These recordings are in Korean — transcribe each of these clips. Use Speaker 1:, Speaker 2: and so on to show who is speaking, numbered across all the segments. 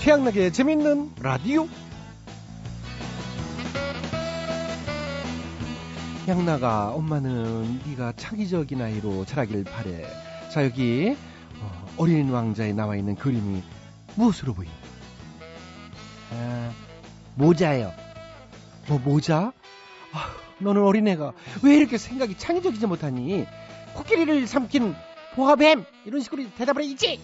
Speaker 1: 태양나게 재밌는 라디오. 양나가 엄마는 네가 차기적인 아이로 자라길 바래. 자 여기 어, 어린 왕자에 나와 있는 그림이 무엇으로 보이니?
Speaker 2: 아, 모자요.
Speaker 1: 뭐 모자? 아, 너는 어린애가 왜 이렇게 생각이 창의적이지 못하니? 코끼리를 삼킨 보아뱀 이런 식으로 대답을 해있지.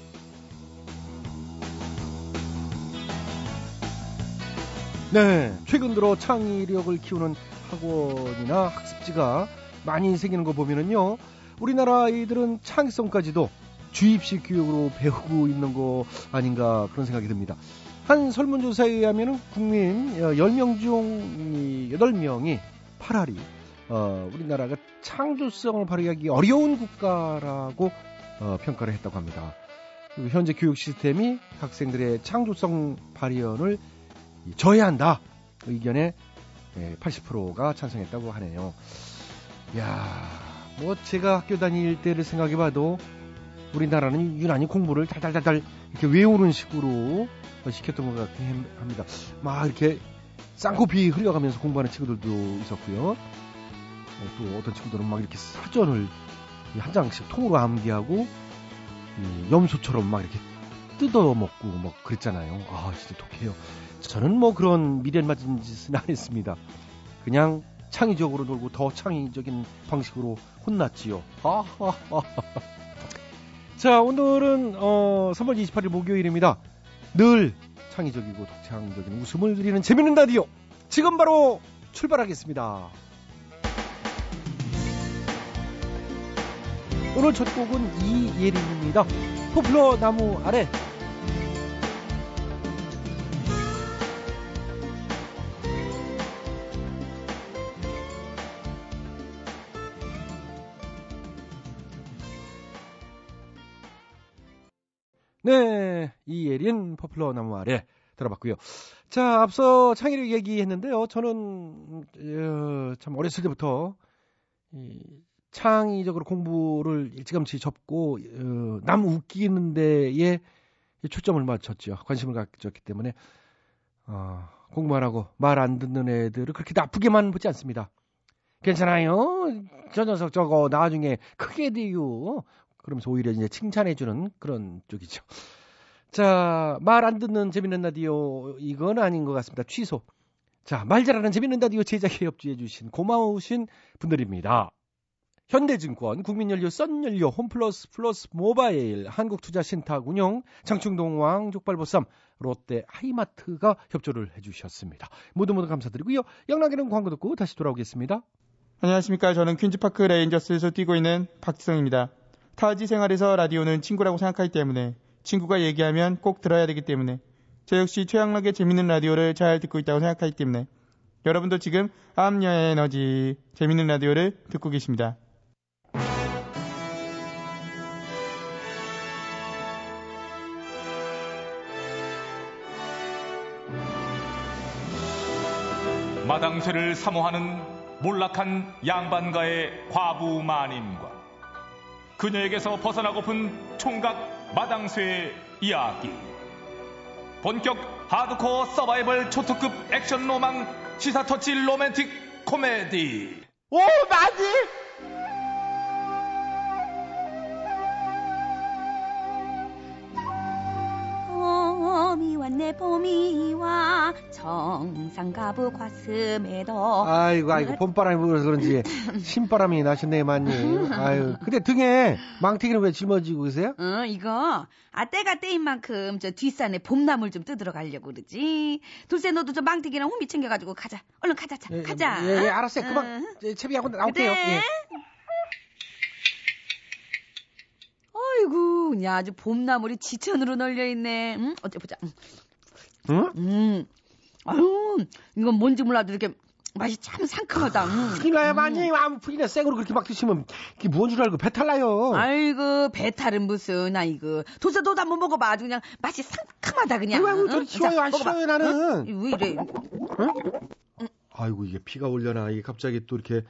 Speaker 1: 네, 최근 들어 창의력을 키우는 학원이나 학습지가 많이 생기는 거 보면은요, 우리나라 아이들은 창의성까지도 주입식 교육으로 배우고 있는 거 아닌가 그런 생각이 듭니다. 한 설문조사에 의하면 국민 어, 10명 중 8명이 8알이 어, 우리나라가 창조성을 발휘하기 어려운 국가라고 어, 평가를 했다고 합니다. 그리고 현재 교육 시스템이 학생들의 창조성 발현을 저해한다 의견의 80%가 찬성했다고 하네요. 야, 뭐 제가 학교 다닐 때를 생각해봐도 우리나라는 유난히 공부를 달달달달 이렇게 외우는 식으로 시켰던 것 같긴 합니다. 막 이렇게 쌍코피 흘려가면서 공부하는 친구들도 있었고요. 예, 또 어떤 친구들은 막 이렇게 사전을 한 장씩 통으로 암기하고 염소처럼 막 이렇게 뜯어먹고 막 그랬잖아요. 아 진짜 독해요. 저는 뭐 그런 미련맞은 짓은 안 했습니다. 그냥 창의적으로 놀고 더 창의적인 방식으로 혼났지요. 아하하하. 자 오늘은 어, 3월 28일 목요일입니다. 늘 창의적이고 독창적인 웃음을 드리는 재밌는 라디오. 지금 바로 출발하겠습니다. 오늘 첫 곡은 이예림입니다. 포플러 나무 아래 네, 이예린 포플러 나무 아래 들어봤고요. 자, 앞서 창의를 얘기했는데요. 저는 어, 참 어렸을 때부터 이, 창의적으로 공부를 일찌감치 접고 어, 남 웃기는 데에 초점을 맞췄죠. 관심을 가졌기 때문에 어, 공부 안 하고 말 안 듣는 애들을 그렇게 나쁘게만 보지 않습니다. 괜찮아요. 저 녀석 저거 나중에 크게 돼요. 그러면서 오히려 이제 칭찬해주는 그런 쪽이죠. 자, 말 안 듣는 재밌는 라디오, 이건 아닌 것 같습니다. 취소. 자, 말 잘하는 재밌는 라디오 제작에 협조해주신 고마우신 분들입니다. 현대증권, 국민연료, 썬연료, 홈플러스, 플러스 모바일, 한국투자신탁운용, 장충동왕, 족발보쌈, 롯데 하이마트가 협조를 해주셨습니다. 모두 모두 감사드리고요. 양락이는 광고 듣고 다시 돌아오겠습니다.
Speaker 3: 안녕하십니까. 저는 퀸즈파크 레인저스에서 뛰고 있는 박지성입니다. 타지 생활에서 라디오는 친구라고 생각하기 때문에 친구가 얘기하면 꼭 들어야 되기 때문에 저 역시 최양락의 재밌는 라디오를 잘 듣고 있다고 생각하기 때문에 여러분도 지금 암녀의 에너지 재밌는 라디오를 듣고 계십니다.
Speaker 4: 마당쇠를 사모하는 몰락한 양반가의 과부 마님과 그녀에게서 벗어나고픈 총각 마당쇠의 이야기. 본격 하드코어 서바이벌 초특급 액션 로망 시사 터치 로맨틱 코메디.
Speaker 5: 오, 맞지?
Speaker 6: 봄이 왔네 봄이 와 정상가부 가슴에 더
Speaker 1: 아이고 아이고 봄바람이 불어서 그런지 신바람이 나셨네만님. 아유 근데 등에 망태기는 왜 짊어지고 계세요?
Speaker 6: 어 이거 아 때가 때인 만큼 저 뒷산에 봄나물 좀 뜯으러 가려고 그러지. 둘째 너도 저 망태기랑 호미 챙겨가지고 가자. 얼른 가자 자
Speaker 1: 예,
Speaker 6: 가자.
Speaker 1: 예, 예, 알았어요. 그만 제 채비하고 나올게요.
Speaker 6: 그래?
Speaker 5: 네.
Speaker 1: 예.
Speaker 6: 아이고 그냥 아주 봄나물이 지천으로 널려 있네. 응? 어째 보자. 음.
Speaker 1: 응?
Speaker 6: 음. 아유, 이건 뭔지 몰라도 이렇게 맛이 참 상큼하다. 음.
Speaker 1: 큰일 나요 그러니까 마님. 아무 풀이나 생으로 그렇게 막 드시면 이게 뭐, 뭔 줄 알고 배탈 나요.
Speaker 6: 아이고, 배탈은 무슨, 아이고. 도대체 너도 한번 먹어봐. 아주 그냥 맛이 상큼하다, 그냥.
Speaker 1: 아이고, 아이고, 저리
Speaker 6: 자,
Speaker 1: 치워요. 아,
Speaker 6: 먹어봐.
Speaker 1: 싫어요, 나는.
Speaker 6: 응? 왜 이래.
Speaker 1: 아이고 이게 비가 올려나 이게 갑자기 또 이렇게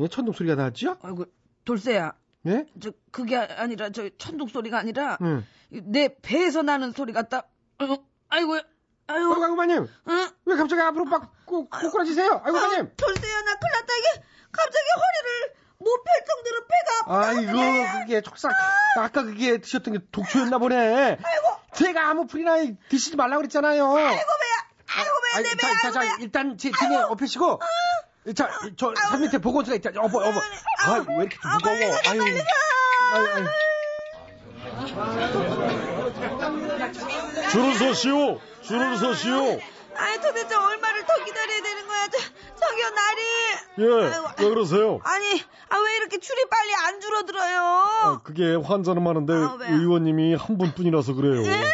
Speaker 1: 예, 천둥 소리가 났죠?
Speaker 6: 아이고, 돌쇠야.
Speaker 1: 예?
Speaker 6: 저, 그게 아니라, 저, 천둥 소리가 아니라,
Speaker 1: 응.
Speaker 6: 내 배에서 나는 소리 같다. 아이고, 아이고,
Speaker 1: 아유, 아이고, 아고마님.
Speaker 6: 응?
Speaker 1: 왜 갑자기 앞으로 막 꼬, 꼬꾸라지세요? 아이고, 마님.
Speaker 6: 돌쇠야, 나 큰일 났다, 이게. 갑자기 허리를 못 펼 정도로 배가 아프다. 네.
Speaker 1: 아이고, 그게 촉삭. 아까 그게 드셨던 게 독초였나 보네.
Speaker 6: 아이고.
Speaker 1: 제가 아무 프리나 드시지 말라고 그랬잖아요.
Speaker 6: 아이고, 배야. 아이고, 배야, 내 배야.
Speaker 1: 자, 자, 자,
Speaker 6: 아이고, 아. 배야.
Speaker 1: 일단 제 등에 업히시고. 자, 저, 산 밑에 보건소가 있잖아. 어버, 어버. 아, 왜 이렇게
Speaker 6: 아,
Speaker 1: 무거워.
Speaker 6: 빨리 가,
Speaker 1: 아유.
Speaker 6: 빨리 가.
Speaker 1: 아유, 아유.
Speaker 7: 줄을 서시오. 줄을 서시오.
Speaker 6: 아이, 도대체 얼마를 더 기다려야 되는 거야. 저, 저기요, 날이. 아,
Speaker 7: 예, 왜 그러세요?
Speaker 6: 아니, 아, 왜 이렇게 줄이 빨리 안 줄어들어요?
Speaker 7: 아, 그게 환자는 많은데
Speaker 6: 아, 왜요?
Speaker 7: 의원님이 한 분뿐이라서 그래요.
Speaker 6: 예?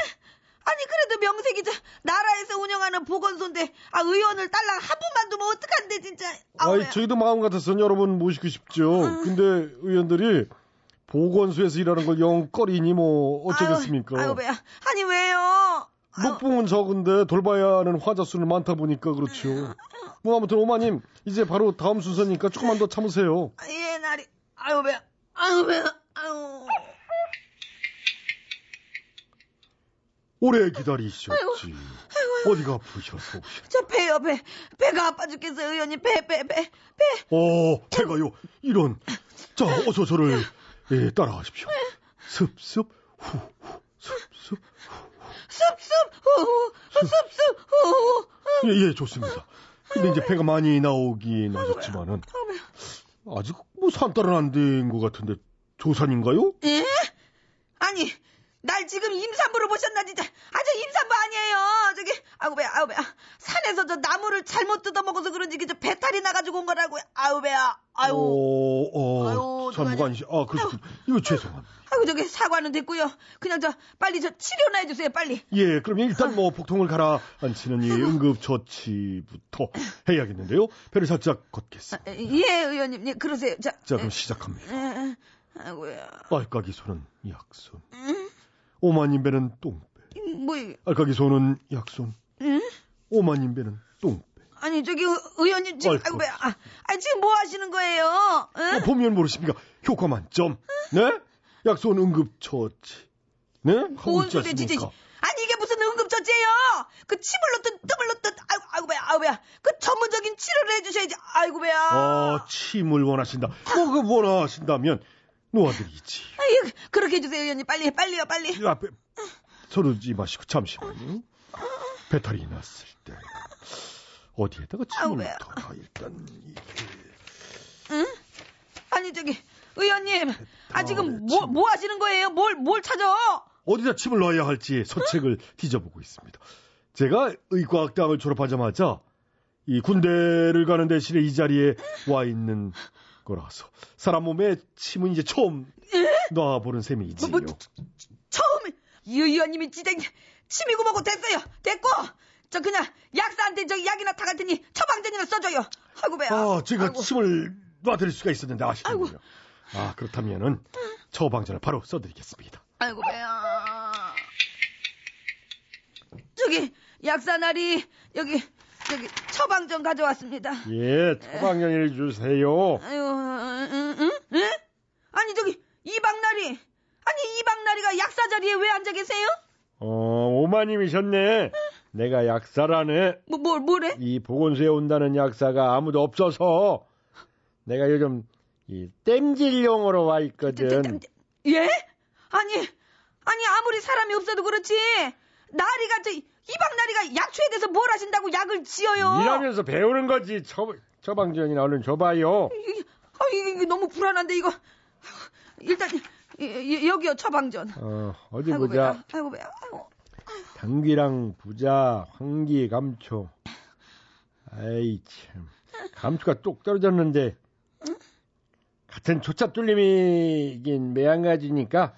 Speaker 6: 아니 그래도 명색이 저 나라에서 운영하는 보건소인데 아 의원을 딸랑 한 분만 두면 어떡한데 진짜 아우 아.
Speaker 7: 아이, 저희도 마음 같아서는 여러분 모시고 싶죠. 근데 의원들이 보건소에서 일하는 걸 영 꺼리니 뭐 어쩌겠습니까?
Speaker 6: 아유 배야 아니 왜요
Speaker 7: 목봉은 적은데 돌봐야 하는 환자 수는 많다 보니까 그렇죠. 뭐 아무튼 오마님 이제 바로 다음 순서니까 조금만 더 참으세요.
Speaker 6: 아, 예 날이 아유 배야 아유 배야 아유
Speaker 7: 오래 기다리셨지.
Speaker 6: 아이고
Speaker 7: 어디가 아프셔서 오셨.
Speaker 6: 저 배요 배 배가 아파 죽겠어요 의원님 배 배 배 배
Speaker 7: 어, 제가요. 이런. 자, 어서 저를 예, 따라하십시오. 습습 후, 후 습습.
Speaker 6: 숲숲 후후 숲숲 후후
Speaker 7: 예, 예, 좋습니다. 근데 이제 배가 많이 나오긴 하셨지만은 아직 뭐 산딸은 안 된 것 같은데 조산인가요?
Speaker 6: 예? 아니, 날 지금 임산부로 보셨나 진짜? 아 저 임산부 아니에요. 저기 아우 배야 아우 배야 산에서 저 나무를 잘못 뜯어 먹어서 그런지 그저 배탈이 나가지고 온 거라고요. 아우 배야 아유
Speaker 7: 어,
Speaker 6: 아유,
Speaker 7: 어, 참
Speaker 6: 어떡하냐.
Speaker 7: 관심. 아, 그렇습니다. 이거 죄송합니다.
Speaker 6: 아이고 저기 사과는 됐고요. 그냥 저 빨리 저 치료나 해주세요 빨리.
Speaker 7: 예, 그러면 일단 뭐 복통을 가라앉히는 이 응급처치부터 해야겠는데요. 배를 살짝 걷겠습니다.
Speaker 6: 에, 예 의원님 예, 그러세요. 자,
Speaker 7: 자, 그럼 시작합니다.
Speaker 6: 에, 에, 아이고야
Speaker 7: 알까기 손은 약손. 오마님 배는 똥배.
Speaker 6: 뭐 이게. 음?
Speaker 7: 알까기 손은 약손. 오마님 배는 똥배.
Speaker 6: 아니 저기 의- 의원님 지금
Speaker 7: 아이고.
Speaker 6: 아이고 배야 아, 아, 지금 뭐 하시는 거예요? 응?
Speaker 7: 어, 보면 모르십니까? 효과 만점. 네? 약손 응급처치. 네? 하고
Speaker 6: 뭔
Speaker 7: 있지
Speaker 6: 소리야, 진짜.
Speaker 7: 않습니까?
Speaker 6: 아니 이게 무슨 응급처치예요? 그 침을 넣든 뜸을 넣든 아이고 아이고 배야 아이고 배야 그 전문적인 치료를 해주셔야지 아이고 배야.
Speaker 7: 아, 침을 원하신다. 뭐, 그 원하신다면 놓아드리지.
Speaker 6: 아이 그렇게 해주세요 의원님 빨리 빨리요 빨리.
Speaker 7: 이 앞에 서르지 마시고 잠시만요. 배탈이 났을 때 어디에다가
Speaker 6: 아우,
Speaker 7: 침을
Speaker 6: 왜요?
Speaker 7: 넣다가 일단 이게
Speaker 6: 아니 저기 의원님 아 지금 뭐 뭐
Speaker 7: 네, 침.
Speaker 6: 하시는 거예요? 뭘 뭘 찾아?
Speaker 7: 어디다 침을 넣어야 할지 서책을 뒤져보고 있습니다. 제가 의과학당을 졸업하자마자 이 군대를 가는 대신에 이 자리에 와 있는 거라서 사람 몸에 침은 이제 처음 놔보는 셈이지요.
Speaker 6: 뭐, 뭐, 처음 이 의원님이 진짜 침이고 뭐고 됐어요 됐고 저 그냥 약사한테 저 약이나 타갈 테니 처방전이나 써줘요. 아이고 배야.
Speaker 7: 아, 제가
Speaker 6: 아이고.
Speaker 7: 침을 놔드릴 수가 있었는데 아쉽군요. 아, 그렇다면은 처방전을 바로 써드리겠습니다.
Speaker 6: 아이고 배야. 저기 약사나리 여기 여기 처방전 가져왔습니다.
Speaker 7: 예, 처방전을 주세요.
Speaker 6: 아유, 응, 응, 응? 아니 저기 이박나리, 아니 이박나리가 약사 자리에 왜 앉아 계세요?
Speaker 7: 어, 오마님이셨네. 내가 약사라네.
Speaker 6: 뭐, 뭘, 뭐래?
Speaker 7: 이 보건소에 온다는 약사가 아무도 없어서 내가 요즘 이 땜질용으로 와
Speaker 6: 저,
Speaker 7: 있거든.
Speaker 6: 저, 저, 예? 아니, 아니 아무리 사람이 없어도 그렇지. 나리가 저 이박나리가 약초에 대해서 뭘 하신다고 약을 지어요?
Speaker 7: 일하면서 어. 배우는 거지. 처, 처방전이나 얼른 줘봐요.
Speaker 6: 이게, 아, 이게, 이게 너무 불안한데 이거 일단 이- 이- 여기요 처방전.
Speaker 7: 어, 어디
Speaker 6: 아이고
Speaker 7: 보자.
Speaker 6: 배야. 아이고 배야. 아이고.
Speaker 7: 당귀랑 부자, 황기, 감초. 아이 참, 감초가 똑 떨어졌는데 같은 초차 뚫림이긴 매양가지니까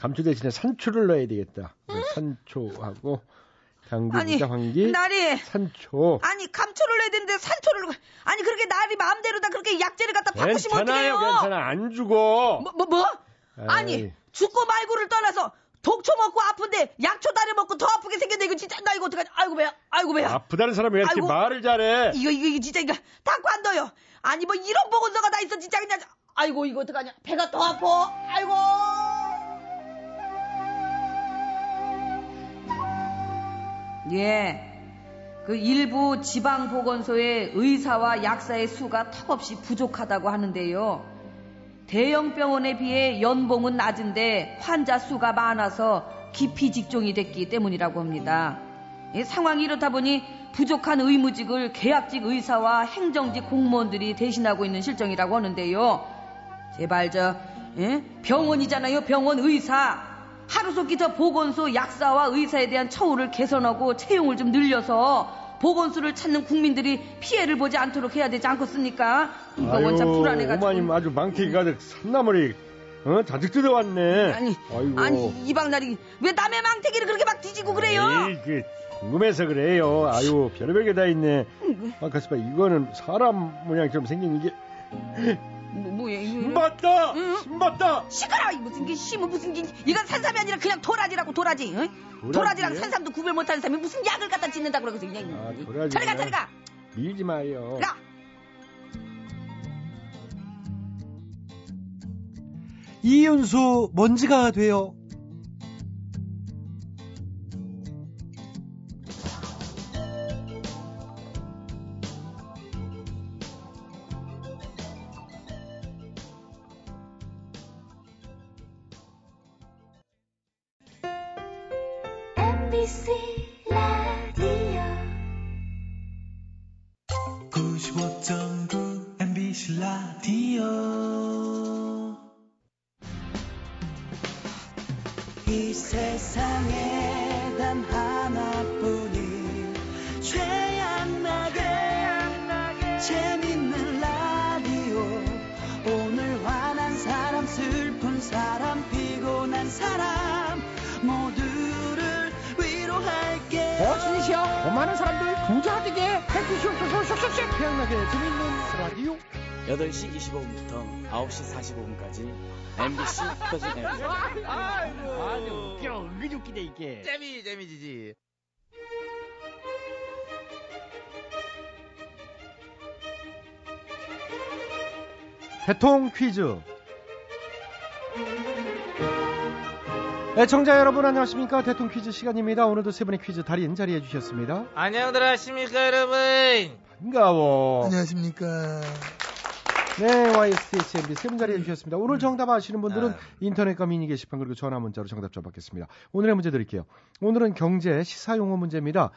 Speaker 7: 감초 대신에 산초를 넣어야 되겠다. 산초하고 당귀,
Speaker 6: 아니
Speaker 7: 부자, 황기,
Speaker 6: 나리.
Speaker 7: 산초.
Speaker 6: 아니 감초를 해야 되는데 산초를 아니 그렇게 나리 마음대로 다 그렇게 약재를 갖다 바꾸시면
Speaker 7: 괜찮아요,
Speaker 6: 어떡해요?
Speaker 7: 괜찮아. 안 죽어.
Speaker 6: 뭐, 뭐, 뭐? 아니
Speaker 7: 에이.
Speaker 6: 죽고 말고를 떠나서 독초 먹고 아픈데 약초 다려 먹고 더 아프게 생겼네 이거 진짜 나 이거 어떡하지? 아이고 배야. 아이고 배야.
Speaker 7: 아프다는 사람이 왜 이렇게
Speaker 6: 아이고.
Speaker 7: 말을 잘해?
Speaker 6: 이거 이거 이거 진짜 이거 다 관둬요. 아니 뭐 이런 보건소가 다 있어 진짜 그냥 아이고 이거 어떡하냐 배가 더 아파. 아이고. 예. 그 일부 지방 보건소의 의사와 약사의 수가 턱없이 부족하다고 하는데요. 대형 병원에 비해 연봉은 낮은데 환자 수가 많아서 기피 직종이 됐기 때문이라고 합니다. 예, 상황이 이렇다 보니 부족한 의무직을 계약직 의사와 행정직 공무원들이 대신하고 있는 실정이라고 하는데요. 제발 저 예? 병원이잖아요 병원 의사 하루속히 저 보건소 약사와 의사에 대한 처우를 개선하고 채용을 좀 늘려서 보건소를 찾는 국민들이 피해를 보지 않도록 해야 되지 않겠습니까? 이거 원참 불안해가지고
Speaker 8: 오마님 아주 망태기 가득 산나물이 어? 잔뜩 뜯어왔네.
Speaker 9: 아니,
Speaker 8: 아이고.
Speaker 9: 아니 이방날이 왜 남의 망태기를 그렇게 막 뒤지고 그래요?
Speaker 8: 에이, 그 궁금해서 그래요. 아유 별의별 게 다 있네.
Speaker 9: 음,
Speaker 8: 아가스봐 이거는 사람 모양 좀 생긴 이게
Speaker 9: 뭐, 뭐야 이거
Speaker 8: 맞다,
Speaker 9: 응?
Speaker 8: 맞다.
Speaker 9: 시끄러! 이 무슨 게 심은 무슨 게 이건 산삼이 아니라 그냥 도라지라고 도라지. 응? 도라지랑 산삼도 구별 못하는 사람이 무슨 약을 갖다 짓는다 그러고서 그냥
Speaker 8: 아, 어. 도라지네.
Speaker 9: 음. 저리 가 저리 가.
Speaker 8: 밀지 마요.
Speaker 9: 가.
Speaker 1: 이윤수 먼지가 돼요.
Speaker 10: MBC 라디오
Speaker 11: 이 세상에 단 하나뿐인 최양나게 재밌는 라디오 오늘 화난 사람 슬픈 사람 피곤한 사람 모두를 위로할게
Speaker 1: 어, 버스이시여 더 많은 사람들 부자 되게 해주시옵소서 슉슉슉 태양나게 재밌는 라디오
Speaker 12: 8시 25분부터 9시 45분까지 MBC 터진 앱.
Speaker 1: 아, 대통 퀴즈 애청자 여러분 안녕하십니까 대통 퀴즈 시간입니다 오늘도 세 분의 퀴즈 달인 자리해 주셨습니다
Speaker 2: 안녕들 하십니까 여러분
Speaker 1: 반가워
Speaker 11: 안녕하십니까
Speaker 1: 네 YSTHMB 세 분 자리해 주셨습니다 오늘 정답 아시는 분들은
Speaker 2: 아.
Speaker 1: 인터넷과 미니 게시판 그리고 전화 문자로 정답 좀 받겠습니다 오늘의 문제 드릴게요 오늘은 경제 시사용어 문제입니다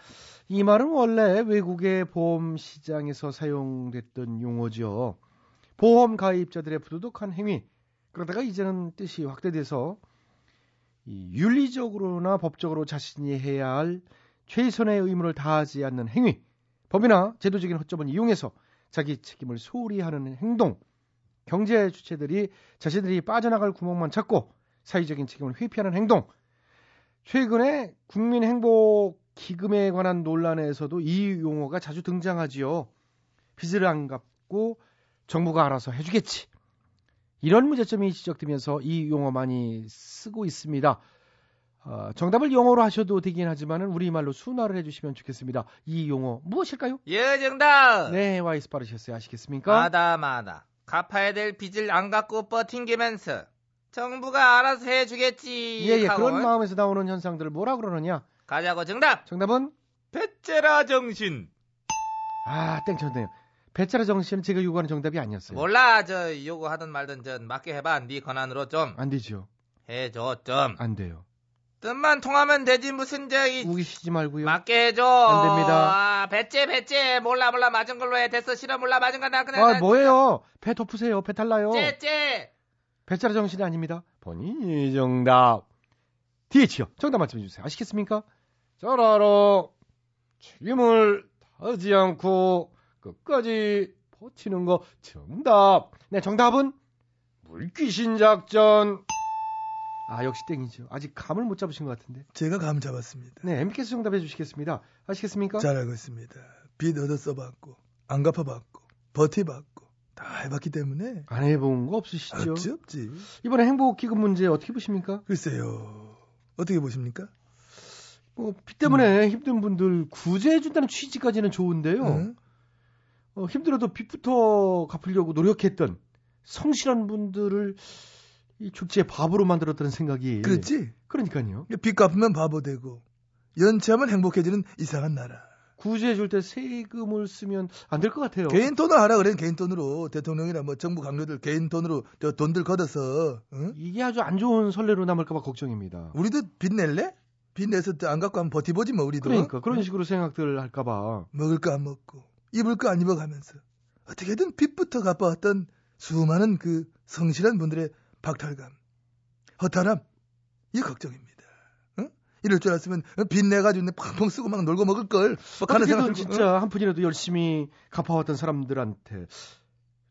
Speaker 1: 이 말은 원래 외국의 보험 시장에서 사용됐던 용어죠 보험 가입자들의 부도덕한 행위 그러다가 이제는 뜻이 확대돼서 이 윤리적으로나 법적으로 자신이 해야 할 최선의 의무를 다하지 않는 행위, 법이나 제도적인 허점을 이용해서 자기 책임을 소홀히 하는 행동, 경제 주체들이 자신들이 빠져나갈 구멍만 찾고 사회적인 책임을 회피하는 행동. 최근에 국민행복 기금에 관한 논란에서도 이 용어가 자주 등장하지요. 빚을 안 갚고 정부가 알아서 해주겠지. 이런 문제점이 지적되면서 이 용어 많이 쓰고 있습니다. 어, 정답을 영어로 하셔도 되긴 하지만 우리말로 순화를 해주시면 좋겠습니다. 이 용어 무엇일까요?
Speaker 2: 예 정답
Speaker 1: 네, 와이스 빠르셨어요. 아시겠습니까?
Speaker 2: 마다 마다 갚아야 될 빚을 안 갚고 버팅기면서 정부가 알아서 해주겠지
Speaker 1: 예, 예,
Speaker 2: 하고
Speaker 1: 그런 마음에서 나오는 현상들을 뭐라 그러느냐?
Speaker 2: 가자고 정답
Speaker 1: 정답은
Speaker 2: 배째라 정신
Speaker 1: 아, 땡쳤네요. 배차라 정신은 제가 요구하는 정답이 아니었어요.
Speaker 2: 몰라 저 요구하든 말든 전 맞게 해봐 네 권한으로 좀
Speaker 1: 안 되죠.
Speaker 2: 해줘 좀
Speaker 1: 안 돼요.
Speaker 2: 뜻만 통하면 되지 무슨 저기
Speaker 1: 우기시지 말고요.
Speaker 2: 맞게 해줘.
Speaker 1: 안 됩니다.
Speaker 2: 아, 배째, 배째. 몰라, 몰라. 맞은 걸로 해. 됐어, 싫어. 몰라, 맞은 거나 그냥.
Speaker 1: 아, 뭐예요? 배 덮으세요. 배 탈나요.
Speaker 2: 째째.
Speaker 1: 배짜라 정신이 아닙니다. 본인이 정답. DH요. 정답 맞춰주세요. 아시겠습니까? 짜라로 책임을 다하지 않고 끝까지 버티는 거 정답. 네, 정답은 물귀신 작전. 아, 역시 땡이죠. 아직 감을 못 잡으신 것 같은데.
Speaker 11: 제가 감 잡았습니다
Speaker 1: 네, MBK에서 정답해 주시겠습니다. 아시겠습니까?
Speaker 11: 잘 알고 있습니다 빚 얻어 써봤고 안 갚아봤고 버티봤고 다 해봤기 때문에
Speaker 1: 안 해본 거 없으시죠?
Speaker 11: 없지 없지
Speaker 1: 이번에 행복기금 문제 어떻게 보십니까?
Speaker 11: 글쎄요 어떻게 보십니까?
Speaker 1: 뭐, 빚 때문에 힘든 분들 구제해준다는 취지까지는 좋은데요.
Speaker 11: 응?
Speaker 1: 어, 힘들어도 빚부터 갚으려고 노력했던 성실한 분들을 이 축제의 밥으로 만들었다는 생각이
Speaker 11: 그렇지
Speaker 1: 그러니까요.
Speaker 11: 빚 갚으면 바보 되고
Speaker 13: 연체하면 행복해지는 이상한 나라.
Speaker 1: 구제해줄 때 세금을 쓰면 안 될 것 같아요.
Speaker 13: 개인 돈으로 하라 그래 개인 돈으로 대통령이나 뭐 정부 강료들 개인 돈으로 저 돈들 걷어서 응?
Speaker 1: 이게 아주 안 좋은 선례로 남을까봐 걱정입니다.
Speaker 13: 우리도 빚 낼래? 빚 내서 또안 갖고 한번 버티보지 뭐 우리도
Speaker 1: 그러니까 그런 식으로 생각들 할까봐.
Speaker 13: 먹을 거 안 먹고 입을 거 안 입어가면서 어떻게든 빚부터 갚아왔던 수많은 그 성실한 분들의 박탈감, 허탈함 이 걱정입니다. 응? 이럴 줄 알았으면 빚 내가지고 내 펑펑 쓰고 막 놀고 먹을 걸. 뭐 가는
Speaker 1: 어떻게든
Speaker 13: 사람들
Speaker 1: 진짜 한 푼이라도 열심히 갚아왔던 사람들한테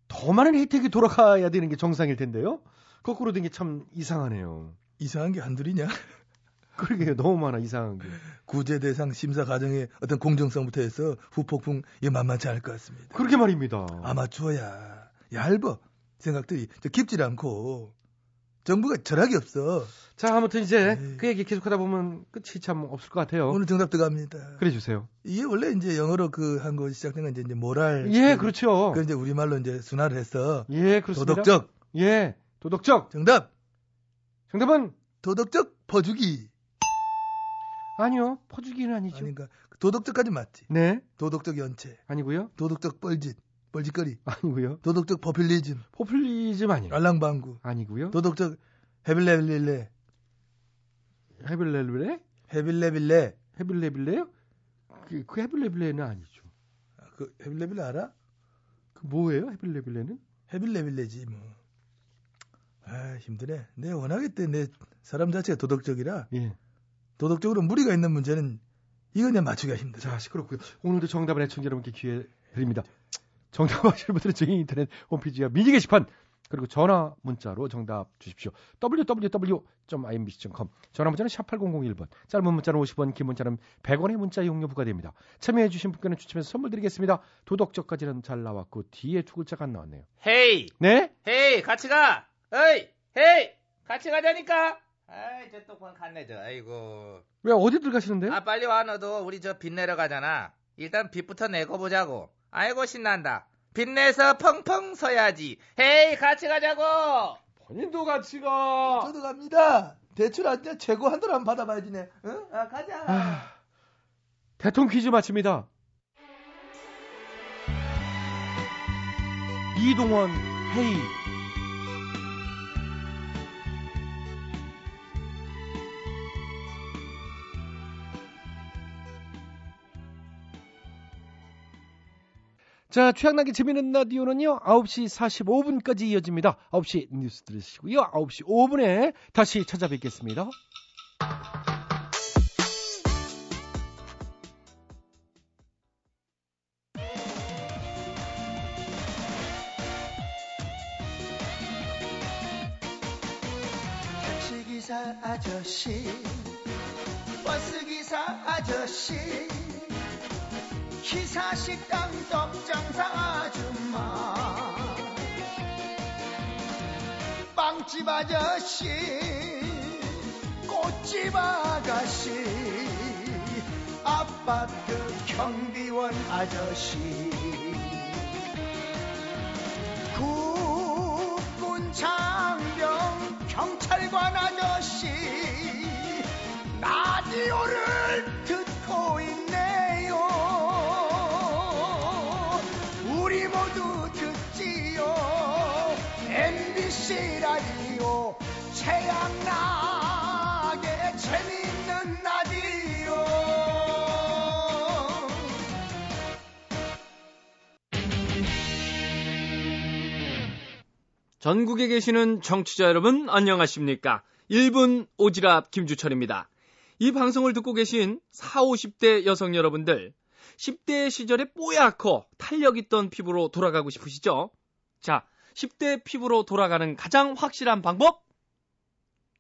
Speaker 1: 더 많은 혜택이 돌아가야 되는 게 정상일 텐데요. 거꾸로 된 게 참 이상하네요.
Speaker 13: 이상한 게 한둘이냐?
Speaker 1: 그러게요. 너무 많아 이상한 게.
Speaker 13: 구제 대상 심사 과정의 어떤 공정성부터 해서 후폭풍 이 만만치 않을 것 같습니다.
Speaker 1: 그렇게 말입니다.
Speaker 13: 아마추어야 얇어 생각들이 저 깊질 않고 정부가 철학이 없어. 네.
Speaker 1: 자 아무튼 이제 그 얘기 계속하다 보면 끝이 참 없을 것 같아요.
Speaker 13: 오늘 정답 들어갑니다.
Speaker 1: 그래 주세요.
Speaker 13: 이게 원래 이제 영어로 그 한 거 시작된 건 이제, 이제 모랄.
Speaker 1: 예, 그렇죠.
Speaker 13: 그 이제 우리말로 이제 순화를 해서
Speaker 1: 예, 그렇습니다.
Speaker 13: 도덕적
Speaker 1: 예, 도덕적.
Speaker 13: 정답
Speaker 1: 정답은
Speaker 13: 도덕적 퍼주기
Speaker 1: 아니요. 퍼주기는 아니죠.
Speaker 13: 아닌가? 그 도덕적까지 맞지.
Speaker 1: 네,
Speaker 13: 도덕적 연체,
Speaker 1: 아니고요.
Speaker 13: 도덕적 뻘짓, 뻘짓거리,
Speaker 1: 아니고요.
Speaker 13: 도덕적 포퓰리즘,
Speaker 1: 포퓰리즘 아니에요.
Speaker 13: 알랑방구,
Speaker 1: 아니고요.
Speaker 13: 도덕적 헤빌레빌레,
Speaker 1: 헤빌레빌레?
Speaker 13: 헤빌레빌레.
Speaker 1: 헤빌레빌레요? 그, 그 헤빌레빌레는 아니죠.
Speaker 13: 아, 그 헤빌레빌레 알아?
Speaker 1: 그 뭐예요? 헤빌레빌레는?
Speaker 13: 헤빌레빌레지 뭐. 아 힘드네. 내 워낙에 때내 사람 자체가 도덕적이라
Speaker 1: 예.
Speaker 13: 도덕적으로 무리가 있는 문제는 이건 그냥 맞추기가 힘들어.
Speaker 1: 자, 시끄럽고요. 오늘도 정답을 애청자 여러분께 기회 드립니다. 정답하실 분들은 저희 인터넷 홈페이지와 미니 게시판 그리고 전화 문자로 정답 주십시오. www.imbc.com 전화 문자는 샵 8001번 짧은 문자는 50원 긴 문자는 100원의 문자 이용료 부과됩니다. 참여해 주신 분께는 추첨해서 선물 드리겠습니다. 도덕적까지는 잘 나왔고 뒤에 두 글자가 안 나왔네요.
Speaker 2: 헤이
Speaker 1: 네?
Speaker 2: 헤이 같이 가 에이 헤이 같이 가자니까 아이 저 똥판 갔네 저 아이고
Speaker 1: 왜 어디들 가시는데요?
Speaker 2: 아 빨리 와 너도 우리 저 빚 내러 가잖아 일단 빚부터 내고 보자고 아이고 신난다 빚 내서 펑펑 서야지 헤이 같이 가자고
Speaker 1: 본인도 같이 가.
Speaker 13: 저도 갑니다. 대출 안 돼. 최고 한도로 한번 받아봐야지 네. 응? 아 가자.
Speaker 1: 대통령 퀴즈 마칩니다. 이동원 헤이 자, 취향나게 재미있는 라디오는요, 9시 45분까지 이어집니다. 9시 뉴스 들으시고요, 9시 5분에 다시 찾아뵙겠습니다.
Speaker 12: 택시기사 아저씨 버스기사 아저씨 기사식당 떡장사 아줌마 빵집 아저씨 꽃집 아가씨 아파트 경비원 아저씨 국군 장병 경찰관 아저씨 라디오를 듣고 있네요 우리 모두 듣지요 MBC 라디오 최양락의 재밌는 라디오
Speaker 14: 전국에 계시는 청취자 여러분 안녕하십니까? 1분 오지랖 김주철입니다. 이 방송을 듣고 계신 4, 50대 여성 여러분들 10대 시절에 뽀얗고 탄력 있던 피부로 돌아가고 싶으시죠? 자, 10대 피부로 돌아가는 가장 확실한 방법?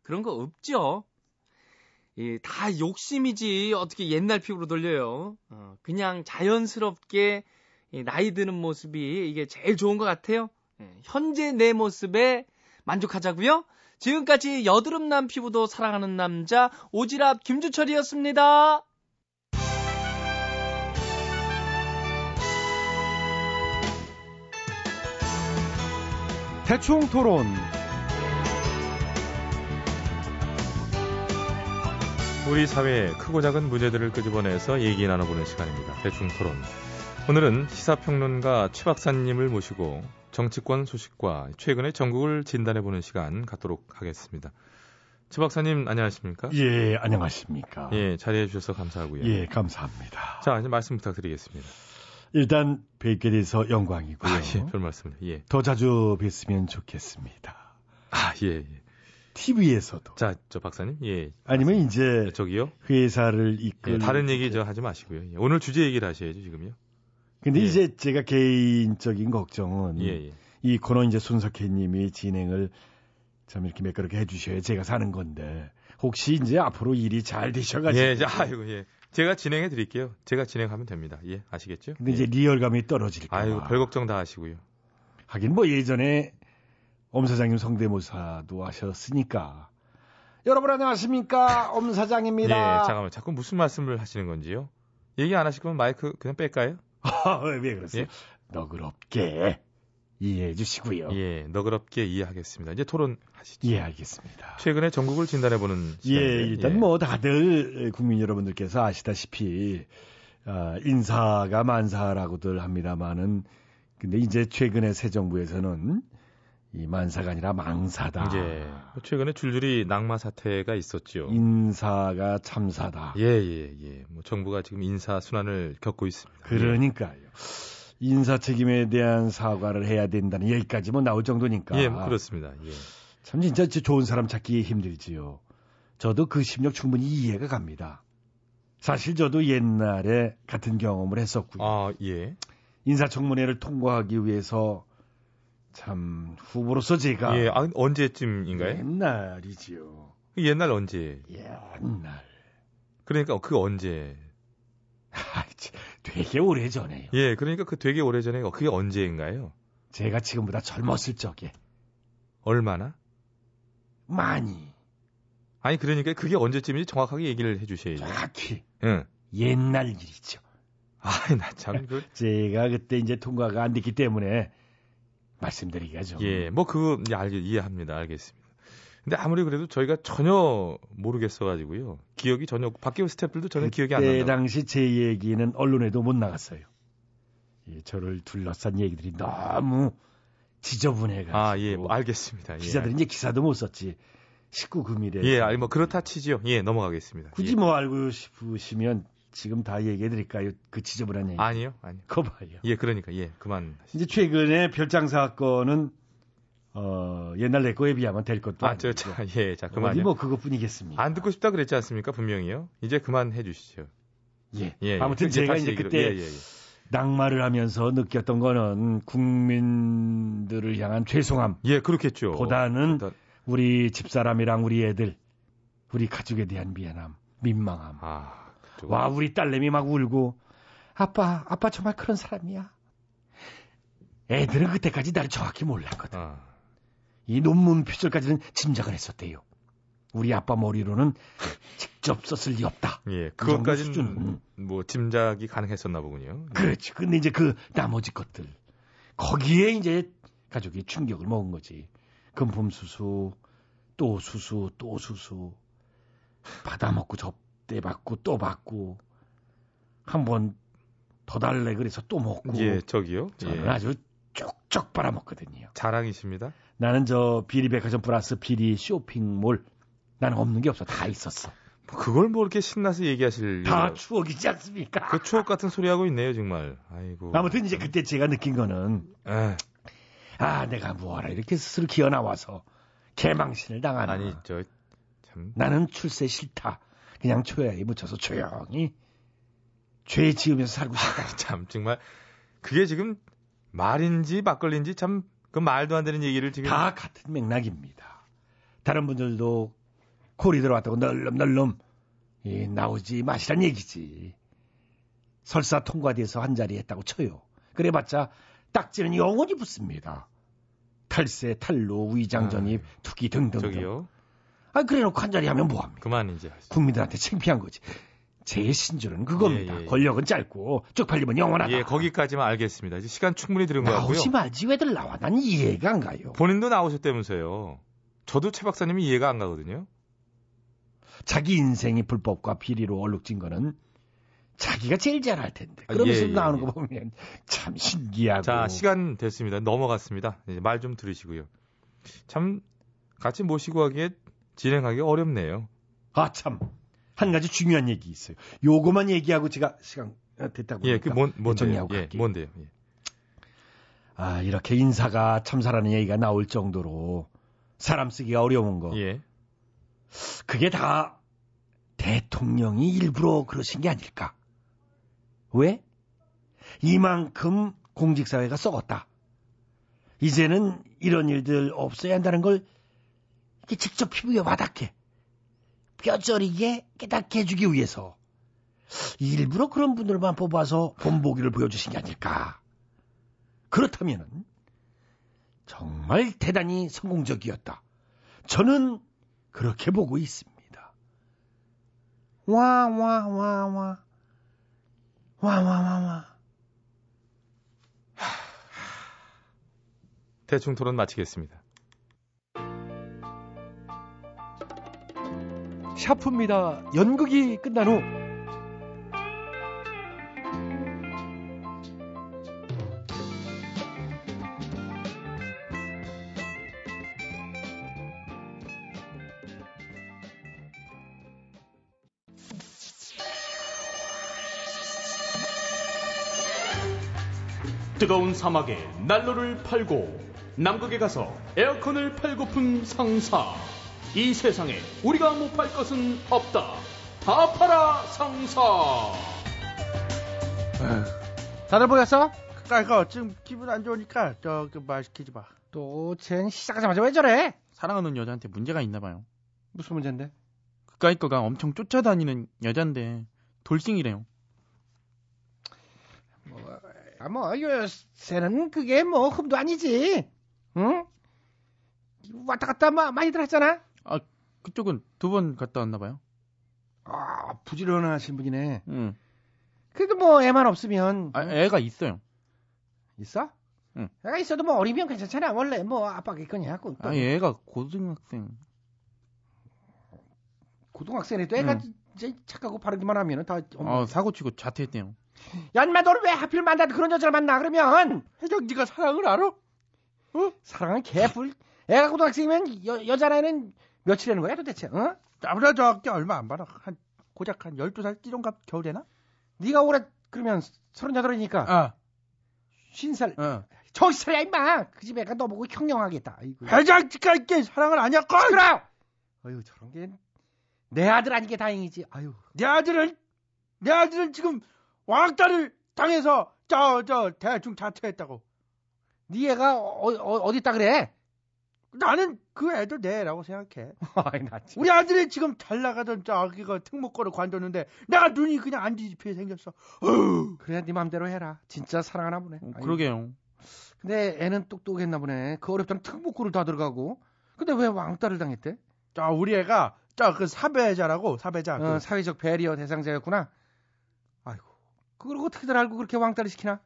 Speaker 14: 그런 거 없죠. 예, 다 욕심이지 어떻게 옛날 피부로 돌려요. 어, 그냥 자연스럽게 이 나이 드는 모습이 이게 제일 좋은 것 같아요. 예, 현재 내 모습에 만족하자고요. 지금까지 여드름난 피부도 사랑하는 남자 오지랖 김주철이었습니다.
Speaker 1: 대충 토론.
Speaker 15: 우리 사회의 크고 작은 문제들을 끄집어내서 얘기 나눠보는 시간입니다. 대중 토론. 오늘은 시사평론가 최 박사님을 모시고 정치권 소식과 최근의 전국을 진단해보는 시간 갖도록 하겠습니다. 최 박사님, 안녕하십니까?
Speaker 5: 예, 안녕하십니까.
Speaker 15: 예, 자리해주셔서 감사하고요.
Speaker 5: 예, 감사합니다.
Speaker 15: 자, 이제 말씀 부탁드리겠습니다.
Speaker 5: 일단 뵙게 돼서 영광이고요.
Speaker 15: 아, 예, 별 말씀을. 예.
Speaker 5: 더 자주 뵀으면 좋겠습니다.
Speaker 15: 아, 예, 예.
Speaker 5: TV에서도.
Speaker 15: 자, 저 박사님, 예.
Speaker 5: 아니면 이제
Speaker 15: 저기요.
Speaker 5: 회사를 이끌
Speaker 15: 예, 다른 얘기 저 하지 마시고요. 예, 오늘 주제 얘기를 하셔야죠, 지금요.
Speaker 5: 근데 이제 제가 개인적인 걱정은
Speaker 15: 예, 예.
Speaker 5: 이 코너 이제 손석희님이 진행을 참 이렇게 매끄럽게 해주셔야 제가 사는 건데 혹시 이제 앞으로 일이 잘 되셔가지고
Speaker 15: 예, 이제 아이고, 예. 제가 진행해 드릴게요. 제가 진행하면 됩니다. 예, 아시겠죠?
Speaker 5: 근데
Speaker 15: 예.
Speaker 5: 이제 리얼감이 떨어질까
Speaker 15: 아이고, 별 걱정 다 하시고요.
Speaker 5: 하긴 뭐 예전에 엄 사장님 성대모사도 하셨으니까 여러분 안녕하십니까 엄
Speaker 15: 예,
Speaker 5: 사장입니다.
Speaker 15: 잠깐만. 자꾸 무슨 말씀을 하시는 건지요? 얘기 안 하실 거면 마이크 그냥 뺄까요?
Speaker 5: 왜 아, 그러세요?
Speaker 15: 예?
Speaker 5: 너그럽게 이해해 주시고요.
Speaker 15: 예, 너그럽게 이해하겠습니다. 이제 토론하시죠.
Speaker 5: 예, 알겠습니다.
Speaker 15: 최근에 전국을 진단해보는
Speaker 5: 예,
Speaker 15: 시간인데,
Speaker 5: 일단 뭐 다들 국민 여러분들께서 아시다시피 아, 인사가 만사라고들 합니다마는 근데 이제 최근에 새 정부에서는 이 만사가 아니라 망사다.
Speaker 15: 예, 뭐 최근에 줄줄이 낙마 사태가 있었죠.
Speaker 5: 인사가 참사다.
Speaker 15: 예, 예, 예. 뭐 정부가 지금 인사 순환을 겪고 있습니다.
Speaker 5: 그러니까요. 인사 책임에 대한 사과를 해야 된다는 얘기까지 뭐 나올 정도니까.
Speaker 15: 예, 뭐 그렇습니다. 예.
Speaker 5: 참 진짜 저 좋은 사람 찾기 힘들지요. 저도 그 심력 충분히 이해가 갑니다. 사실 저도 옛날에 같은 경험을 했었고요.
Speaker 15: 아, 예.
Speaker 5: 인사청문회를 통과하기 위해서 참 후보로서 제가
Speaker 15: 예, 아, 언제쯤인가요?
Speaker 5: 옛날이지요.
Speaker 15: 그 옛날 언제?
Speaker 5: 옛날.
Speaker 15: 그러니까 그 언제?
Speaker 5: 아, 되게 오래전에요.
Speaker 15: 예, 그러니까 그 되게 오래전에 그게 언제인가요?
Speaker 5: 제가 지금보다 젊었을 적에
Speaker 15: 얼마나?
Speaker 5: 많이
Speaker 15: 아니 그러니까 그게 언제쯤인지 정확하게 얘기를 해 주셔야죠.
Speaker 5: 정확히
Speaker 15: 응.
Speaker 5: 옛날
Speaker 15: 예.
Speaker 5: 일이죠.
Speaker 15: 아이 나참 그
Speaker 5: 제가 그때 이제 통과가 안 됐기 때문에 말씀드리기가 좀
Speaker 15: 예, 뭐 그거 이제 알 이해합니다. 알겠습니다. 근데 아무리 그래도 저희가 전혀 모르겠어 가지고요. 기억이 전혀 밖에 스태프들도 전혀 기억이 안
Speaker 5: 그때
Speaker 15: 난다.
Speaker 5: 당시 제 얘기는 언론에도 못 나갔어요. 예, 저를 둘러싼 얘기들이 너무 지저분해가
Speaker 15: 아, 예. 뭐 알겠습니다. 예.
Speaker 5: 기자들이 이제 기사도 못 썼지. 19금일에
Speaker 15: 예, 아니 뭐 그렇다 치지요. 예, 넘어가겠습니다.
Speaker 5: 굳이 뭐 알고 싶으시면 지금 다 얘기해 드릴까요? 그 지저분한 얘기.
Speaker 15: 아니요. 아니요.
Speaker 5: 그거 봐요.
Speaker 15: 예, 그러니까 예. 그만.
Speaker 5: 이제 최근에 별장 사건은 어, 옛날 내 거에 비하면 될 것도
Speaker 15: 아, 저, 자, 예, 자, 그만.
Speaker 5: 어디 뭐 그것뿐이겠습니까?
Speaker 15: 안 듣고 싶다 그랬지 않습니까? 분명히요. 이제 그만 해주시죠.
Speaker 5: 예.
Speaker 15: 예,
Speaker 5: 아무튼 제가
Speaker 15: 다시
Speaker 5: 이제
Speaker 15: 얘기로-
Speaker 5: 그때
Speaker 15: 예, 예, 예.
Speaker 5: 낙마를 하면서 느꼈던 거는 국민들을 향한 죄송함보다는
Speaker 15: 예, 그렇겠죠.
Speaker 5: 우리 집사람이랑 우리 애들, 우리 가족에 대한 미안함, 민망함.
Speaker 15: 아, 그쪽.
Speaker 5: 와, 우리 딸내미 막 울고, 아빠, 아빠 정말 그런 사람이야. 애들은 그때까지 나를 정확히 몰랐거든.
Speaker 15: 아.
Speaker 5: 이 논문 표절까지는 짐작을 했었대요. 우리 아빠 머리로는 직접 썼을 리 없다.
Speaker 15: 예,
Speaker 5: 그 정도
Speaker 15: 그것까지는 뭐 짐작이 가능했었나 보군요.
Speaker 5: 그렇지. 근데 이제 그 나머지 것들 거기에 이제 가족이 충격을 먹은 거지. 금품 수수, 또 수수, 또 수수. 받아먹고 접대 받고 또 받고 한 번 더 달래 그래서 또 먹고.
Speaker 15: 예, 저기요.
Speaker 5: 저는
Speaker 15: 예.
Speaker 5: 아주 쪽쪽 빨아먹거든요.
Speaker 15: 자랑이십니다.
Speaker 5: 나는 저 비리백화점 플러스 비리 쇼핑몰 나는 없는 게 없어 다 있었어.
Speaker 15: 뭐 그걸 뭐 이렇게 신나서 얘기하실
Speaker 5: 다 추억이지 않습니까?
Speaker 15: 그 추억 같은 소리 하고 있네요, 정말. 아이고.
Speaker 5: 아무튼 이제 그때 제가 느낀 거는
Speaker 15: 음. 에,
Speaker 5: 아, 내가 뭐하라 이렇게 스스로 기어 나와서 개망신을 당하는.
Speaker 15: 아니 음. 저참
Speaker 5: 나는 출세 싫다. 그냥 초야에 묻혀서 조용히 죄 지으면서 살고 싶다.
Speaker 15: 아, 참 정말 그게 지금 말인지 막걸리인지 참 그 말도 안 되는 얘기를 지금
Speaker 5: 다 같은 맥락입니다. 다른 분들도 콜이 들어왔다고 널름널름 예, 나오지 마시란 얘기지. 설사 통과돼서 한 자리 했다고 쳐요. 그래봤자 딱지는 영원히 붙습니다. 탈세, 탈로, 위장 전입, 투기 등등등.
Speaker 15: 아, 저기요.
Speaker 5: 아, 그래놓고 한 자리 하면 뭐합니까?
Speaker 15: 그만 이제 하시죠.
Speaker 5: 국민들한테 창피한 거지. 제 신조는 그겁니다.
Speaker 15: 예, 예, 예.
Speaker 5: 권력은 짧고 쪽팔림은 영원하다.
Speaker 15: 예, 거기까지만 알겠습니다. 이제 시간 충분히 들은
Speaker 5: 아,
Speaker 15: 거 같고요.
Speaker 5: 나오지 말지 왜들 나와? 난 이해가 안 가요.
Speaker 15: 본인도 나오셨다면서요. 저도 최 박사님이 이해가 안 가거든요.
Speaker 5: 자기 인생이 불법과 비리로 얼룩진 거는 자기가 제일 잘할 텐데.
Speaker 15: 아,
Speaker 5: 그러면서
Speaker 15: 예, 예,
Speaker 5: 나오는
Speaker 15: 예.
Speaker 5: 거 보면 참 신기하고.
Speaker 15: 자, 시간 됐습니다. 넘어갔습니다. 이제 말 좀 들으시고요. 참 같이 모시고 하기에 진행하기 어렵네요.
Speaker 5: 아, 참. 한 가지 중요한 얘기 있어요. 요거만 얘기하고 제가 시간 아, 됐다고.
Speaker 15: 예, 그 뭔 뭔데요?
Speaker 5: 정리하고
Speaker 15: 예,
Speaker 5: 갈게요.
Speaker 15: 뭔데요? 예.
Speaker 5: 아, 이렇게 인사가 참사라는 얘기가 나올 정도로 사람 쓰기가 어려운 거. 그게 다 대통령이 일부러 그러신 게 아닐까? 왜? 이만큼 공직사회가 썩었다. 이제는 이런 일들 없어야 한다는 걸 이렇게 직접 피부에 와닿게, 뼈저리게 깨닫게 해주기 위해서 일부러 그런 분들만 뽑아서 본보기를 보여주신 게 아닐까. 그렇다면 정말 대단히 성공적이었다. 저는 그렇게 보고 있습니다. 와, 와, 와, 와. 와, 와, 와, 와.
Speaker 15: 대충 토론 마치겠습니다.
Speaker 5: 샤프입니다. 연극이 끝난 후
Speaker 16: 뜨거운 사막에 난로를 팔고 남극에 가서 에어컨을 팔고픈 상사 이 세상에 우리가 못 팔 것은 없다 다 팔아 상사
Speaker 1: 네.
Speaker 17: 다들 모였어?
Speaker 1: 그러니까
Speaker 17: 그니까 지금 기분 안 좋으니까 저그말 시키지 마. 또쟨 시작하자마자 왜 저래?
Speaker 1: 사랑하는 여자한테 문제가 있나 봐요.
Speaker 5: 무슨 문제인데?
Speaker 1: 그까이 거가 엄청 쫓아다니는 여잔데 돌싱이래요.
Speaker 17: 아, 뭐 요새는 그게 뭐 흠도 아니지. 응? 왔다 갔다 마, 많이들 하잖아.
Speaker 1: 아 그쪽은 두 번 갔다 왔나 봐요.
Speaker 5: 아 부지런하신 분이네.
Speaker 1: 응.
Speaker 17: 그래도 뭐 애만 없으면
Speaker 1: 아, 애가 있어요.
Speaker 17: 있어?
Speaker 1: 응.
Speaker 17: 애가 있어도 뭐 어리면 괜찮잖아. 원래 뭐 아빠가 있거냐고. 또
Speaker 1: 아 애가 고등학생.
Speaker 17: 고등학생이 또 애가
Speaker 15: 음.
Speaker 1: 응.
Speaker 17: 이제 착하고 바르기만 하면은 다
Speaker 1: 아 사고 치고 자퇴했대요.
Speaker 17: 연마 너는 왜 하필 만나도 그런 여자를 만나 그러면 혜정 네가 사랑을 알아? 어? 사랑은 개뿔 애가 고등학생이면 여, 여자라는 며칠이라는 거야 도대체 어? 아무래도 저학교 얼마 안 받아 한 고작 한 12살 띠동갑 겨울 되나? 네가 올해 그러면 38이니까 어. 50살 정신 차려 임마 그 집 애가 너보고 형령하겠다 혜정 니가 이게 사랑을 아냐 시끄러 어휴 저런 게 내 아들 아닌 게 다행이지. 아유. 내 아들은 내 아들은 지금 왕따를 당해서 저 저 대충 자퇴했다고. 네 애가 어, 어, 디 있다 그래? 나는 그 애도 내 애라고 생각해. 우리 아들이 지금 잘 나가던 저기가 특목고를 관뒀는데 내가 눈이 그냥 안 뒤집히게 생겼어. 어휴. 그래 네 맘대로 해라. 진짜 사랑하나 보네. 아유.
Speaker 1: 그러게요.
Speaker 17: 근데 애는 똑똑했나 보네. 그 어렵다는 특목고를 다 들어가고. 근데 왜 왕따를 당했대? 자, 우리 애가 자, 그 사배자라고 사배자. 어,
Speaker 1: 그-
Speaker 17: 사회적 배리어 대상자였구나. 아이고. 그걸 어떻게들 알고 그렇게 왕따를 시키나?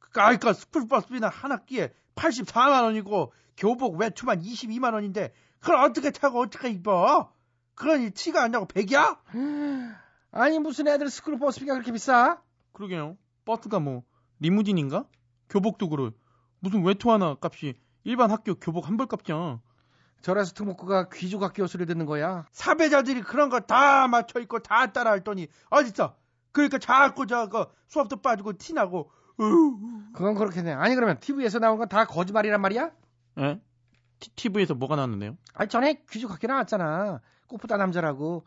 Speaker 17: 그러니까 스쿨버스비는 한 학기에 84만 원이고 교복 외투만 22만 원인데 그걸 어떻게 타고 어떻게 입어? 그러니 티가 안 나고 백이야? 아니 무슨 애들 스쿨버스비가 그렇게 비싸?
Speaker 1: 그러게요. 버스가 뭐 리무진인가? 교복도 그래. 무슨 외투 하나 값이 일반 학교 교복 한 벌 값이야.
Speaker 17: 저래서 특목고가 귀족학교 소리 듣는 거야. 사배자들이 그런 거 다 맞춰 있고 다 따라 할더니 어딨어? 그러니까 자꾸 저거 수업도 빠지고 티 나고. 그건 그렇겠네. 아니 그러면 TV에서 나온 건 다 거짓말이란 말이야?
Speaker 1: 예? TV에서 뭐가 나왔는데요?
Speaker 17: 아니 전에 귀족학교 나왔잖아. 꽃보다 남자라고.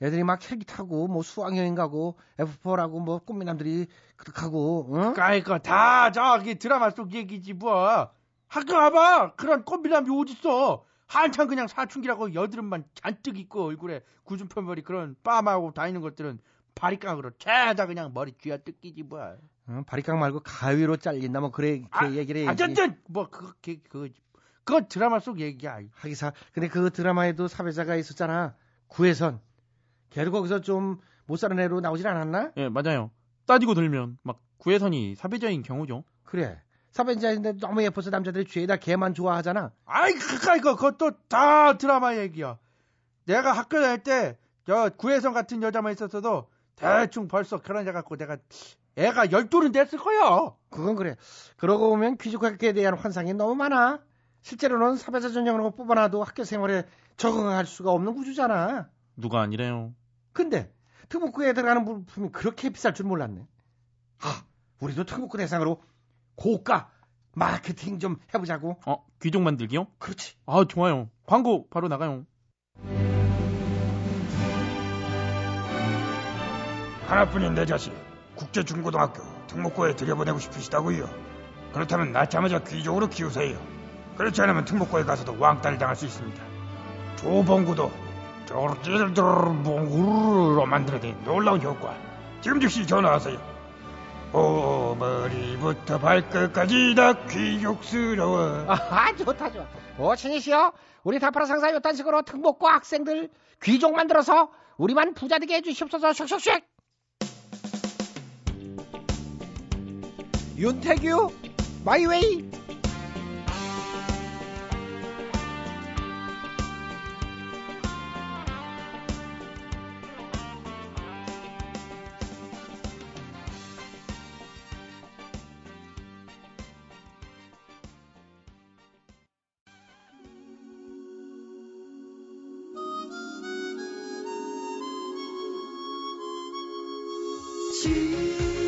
Speaker 17: 애들이 막 헬기 타고 뭐 수학여행 가고 F4라고 뭐 꽃미남들이 그득하고 응? 그러니까 다 저기 드라마 속 얘기지 뭐 학교 와봐 그런 꽃미남이 어딨어 한창 그냥 사춘기라고 여드름만 잔뜩 있고 얼굴에 구준표 머리 그런 빠마하고 다니는 것들은 바리깡으로 죄다 그냥 머리 쥐어 뜯기지 뭐
Speaker 5: 어, 바리깡 말고 가위로 잘린다 뭐 그래 그 얘기를 해야지.
Speaker 17: 어쨌든 뭐 그거 그, 그, 그건 드라마 속 얘기야. 하기사. 근데 그 드라마에도 사회자가 있었잖아. 구혜선. 걔도 거기서 좀 못 사는 애로 나오진 않았나?
Speaker 1: 예, 맞아요. 따지고 들면 막 구혜선이 사배자인 경우죠.
Speaker 17: 그래. 사회자인데 너무 예뻐서 남자들이 죄다 걔만 좋아하잖아.
Speaker 1: 아이,
Speaker 17: 그니까 이거 그것도 다 드라마 얘기야.
Speaker 1: 내가 학교 다닐
Speaker 17: 때
Speaker 11: 저 구혜성 같은 여자만 있었어도 대충 벌써 결혼해갖고 내가 애가 열둘은 됐을 거야.
Speaker 17: 그건 그래. 그러고 보면 귀족학교에 대한 환상이 너무 많아. 실제로는 사배자 전형으로 뽑아놔도 학교 생활에 적응할 수가 없는 구조잖아.
Speaker 11: 누가 아니래요.
Speaker 17: 근데 특목고에 들어가는 물품이 그렇게 비쌀 줄 몰랐네. 아, 우리도 특목고 대상으로 고가 마케팅 좀 해보자고.
Speaker 11: 어, 귀족 만들기요?
Speaker 17: 그렇지.
Speaker 11: 아, 좋아요. 광고 바로 나가요.
Speaker 18: 하나뿐인 내 자식 국제중고등학교 특목고에 들여보내고 싶으시다고요? 그렇다면 낳자마자 귀족으로 키우세요. 그렇지 않으면 특목고에 가서도 왕따를 당할 수 있습니다. 조봉구도 쪼르르르르로 만들어낸 놀라운 효과. 지금 즉시 전화하세요. 머리부터 발끝까지 다 귀족스러워.
Speaker 17: 아, 좋다, 좋아. 오, 신이시여. 우리 다파라 상사 요딴 식으로 특목고 학생들 귀족 만들어서 우리만 부자 되게 해주십소서 슉슉슉. 윤태규, 마이웨이.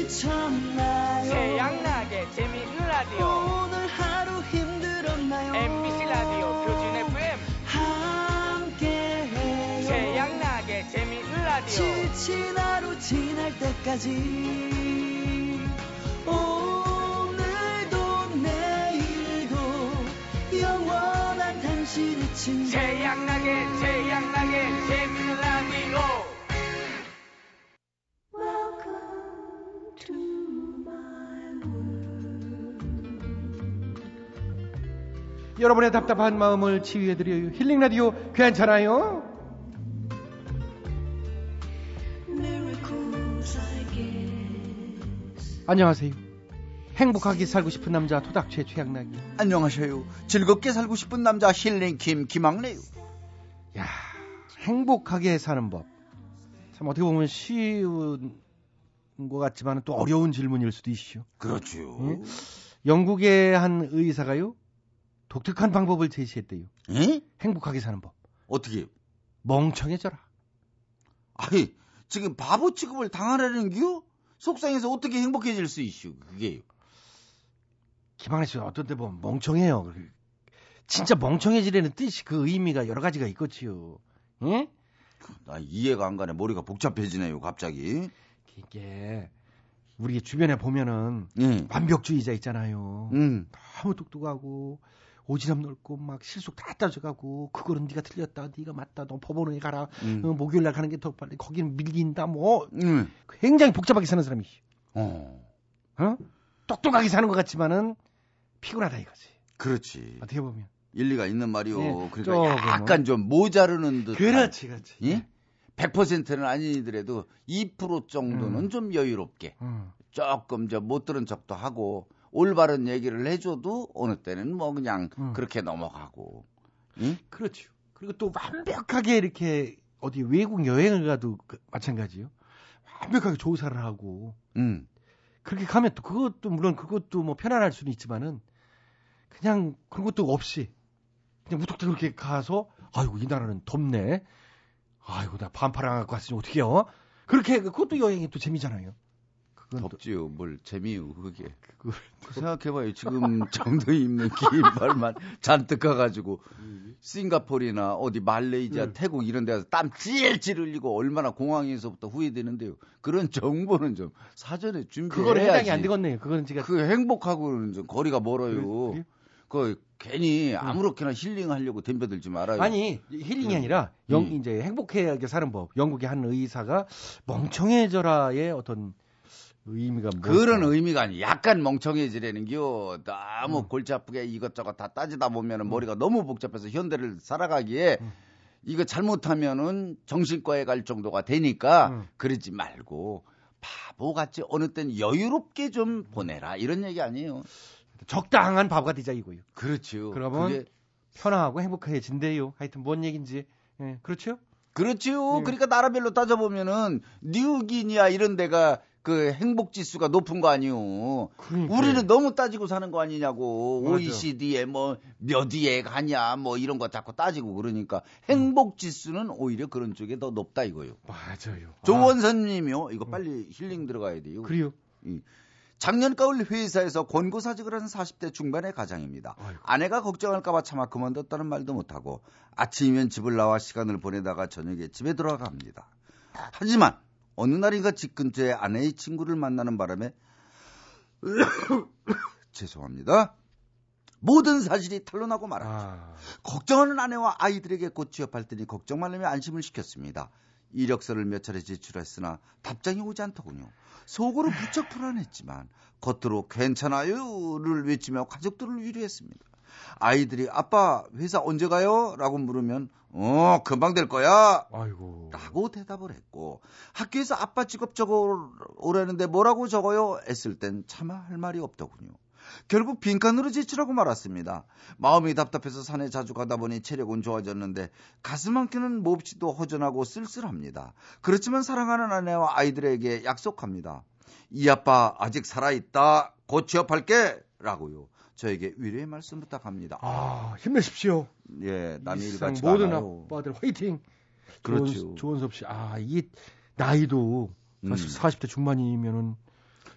Speaker 12: 지쳤나요?
Speaker 2: 태양나게 재미있는 라디오
Speaker 12: 오늘 하루 힘들었나요?
Speaker 2: MBC 라디오 표준 FM
Speaker 12: 함께해요.
Speaker 2: 태양나게 재미있는 라디오
Speaker 12: 지친 하루 지날 때까지 오늘도 내일도 영원한 당신의 친구
Speaker 2: 태양나게 태양나게 재미있는 라디오
Speaker 1: 여러분의 답답한 마음을 치유해드려요. 힐링 라디오 괜찮아요? 안녕하세요. 행복하게 살고 싶은 남자 토닥최 최양락이.
Speaker 19: 안녕하세요. 즐겁게 살고 싶은 남자 힐링 김 김학래요.
Speaker 1: 야, 행복하게 사는 법. 참 어떻게 보면 쉬운 것 같지만 또 어려운 질문일 수도 있죠.
Speaker 19: 그렇죠.
Speaker 1: 예? 영국의 한 의사가요 독특한 방법을 제시했대요. 행복하게 사는 법.
Speaker 19: 어떻게?
Speaker 1: 멍청해져라.
Speaker 19: 아니 지금 바보 취급을 당하라는 기요? 속상해서 어떻게 행복해질 수 있슈? 그게요.
Speaker 1: 김학래 씨 어떤 때 보면 멍청해요. 그- 진짜 멍청해지려는 뜻이 그 의미가 여러 가지가 있겠지요. 예?
Speaker 19: 나 이해가 안 가네. 머리가 복잡해지네요. 갑자기.
Speaker 1: 이게 우리 주변에 보면은 완벽주의자 있잖아요.
Speaker 19: 음.
Speaker 1: 너무 똑똑하고 오지랖 넓고 막 실속 다 따져가고 그거는 네가 틀렸다, 네가 맞다, 너 법원에 가라.
Speaker 19: 음.
Speaker 1: 어, 목요일날 가는 게 더 빨리. 거기는 밀린다. 뭐
Speaker 19: 음.
Speaker 1: 굉장히 복잡하게 사는 사람이.
Speaker 19: 어.
Speaker 1: 어? 똑똑하게 사는 것 같지만은 피곤하다 이거지.
Speaker 19: 그렇지.
Speaker 1: 어떻게 보면.
Speaker 19: 일리가 있는 말이요.
Speaker 1: 예,
Speaker 19: 그러니까
Speaker 1: 조금은.
Speaker 19: 약간 좀 모자르는 듯.
Speaker 1: 그렇지, 그렇지.
Speaker 19: 예? 100%는 아니더라도 2%
Speaker 1: 음.
Speaker 19: 정도는 좀 여유롭게 조금 저 못 들은 척도 하고 올바른 얘기를 해줘도 어느 때는 뭐 그냥
Speaker 1: 음.
Speaker 19: 그렇게 넘어가고. 응?
Speaker 1: 그렇죠. 그리고 또 완벽하게 이렇게 어디 외국 여행을 가도 그- 마찬가지요. 완벽하게 조사를 하고
Speaker 19: 음.
Speaker 1: 그렇게 가면 또 그것도 물론 그것도 뭐 편안할 수는 있지만은 그냥 그런 것도 없이 그냥 무턱대고 이렇게 가서 아이고 이 나라는 덥네. 아이고 나 반팔 안 갖고 왔으니 어떡해요? 그렇게 해가 그것도 여행이 또 재미잖아요.
Speaker 19: 덥지요. 뭘 재미요 그게.
Speaker 1: 아,
Speaker 19: 그 생각해봐요. 지금 정도 입는 긴팔만 잔뜩 가가지고
Speaker 1: 음.
Speaker 19: 싱가포르나 어디 말레이시아,
Speaker 1: 네.
Speaker 19: 태국 이런 데 가서 땀 찔찔 흘리고 얼마나 공항에서부터 후회되는데요. 그런 정보는 좀 사전에 준비해야지.
Speaker 1: 그거는 해당이 안 되겠네요. 그거는 제가
Speaker 19: 그 행복하고는 좀 거리가 멀어요. 그 괜히 아무렇게나 힐링하려고 덤벼들지 말아요.
Speaker 1: 네.
Speaker 19: 네.
Speaker 1: 아니
Speaker 19: 예.
Speaker 1: 힐링이 아니라 영,
Speaker 19: 음.
Speaker 1: 이제 행복하게 사는 법 영국의 한 의사가 멍청해져라의 어떤 의미가 뭐
Speaker 19: 그런 의미가 아니 약간 멍청해지라는 겨
Speaker 1: 음.
Speaker 19: 너무 골치 아프게 이것저것 다 따지다 보면은 머리가 너무 복잡해서 현대를 살아가기에
Speaker 1: 음.
Speaker 19: 이거 잘못하면은 정신과에 갈 정도가 되니까
Speaker 1: 음.
Speaker 19: 그러지 말고 바보같이 어느 땐 여유롭게 좀 보내라 이런 얘기 아니에요.
Speaker 1: 적당한 바보가 되자 이거요.
Speaker 19: 그렇죠.
Speaker 1: 그러면
Speaker 19: 그게-
Speaker 1: 편하고 행복해진대요. 하여튼 뭔 얘긴지 예, 그렇죠?
Speaker 19: 그렇지요. 그러니까 나라별로 따져보면은 뉴기니아 이런 데가 그 행복 지수가 높은 거 아니요. 우리는 너무 따지고 사는 거 아니냐고.
Speaker 20: 맞아.
Speaker 19: OECD에 뭐몇 위에 가냐 뭐 이런 거 자꾸 따지고 그러니까 행복 지수는 오히려 그런 쪽에 더 높다 이거요.
Speaker 1: 맞아요. 음.
Speaker 19: 조원선님이요. 이거 빨리 힐링 들어가야 돼요.
Speaker 1: 그래요.
Speaker 19: 이. 작년 가을 회사에서 권고사직을 한 40대 중반의 가장입니다. 아내가 걱정할까봐 차마 그만뒀다는 말도 못하고 아침이면 집을 나와 시간을 보내다가 저녁에 집에 돌아갑니다. 하지만 어느 날인가 집 근처에 아내의 친구를 만나는 바람에 죄송합니다. 모든 사실이 탄로나고 말았죠. 걱정하는 아내와 아이들에게 곧 취업할 테니 걱정 말라며 안심을 시켰습니다. 이력서를 몇 차례 제출했으나 답장이 오지 않더군요. 속으로 무척 불안했지만 겉으로 괜찮아요를 외치며 가족들을 위로했습니다. 아이들이 아빠 회사 언제 가요? 라고 물으면 어 금방 될 거야 라고 대답을 했고 학교에서 아빠 직업 적어 오라는데 뭐라고 적어요? 했을 땐 차마 할 말이 없더군요. 결국 빈칸으로 지출하고 말았습니다. 마음이 답답해서 산에 자주 가다 보니 체력은 좋아졌는데 가슴 한 켠은 몹시도 허전하고 쓸쓸합니다. 그렇지만 사랑하는 아내와 아이들에게 약속합니다. 이 아빠 아직 살아있다. 곧 취업할게. 라고요. 저에게 위로의 말씀 부탁합니다.
Speaker 1: 아, 힘내십시오.
Speaker 19: 예, 남이
Speaker 1: 일상
Speaker 19: 일같이
Speaker 1: 모든
Speaker 19: 않아요.
Speaker 1: 아빠들 화이팅.
Speaker 19: 그렇죠.
Speaker 1: 조원- 조원섭 씨, 아 이게 나이도 사실 40대 중반이면은.
Speaker 19: 음.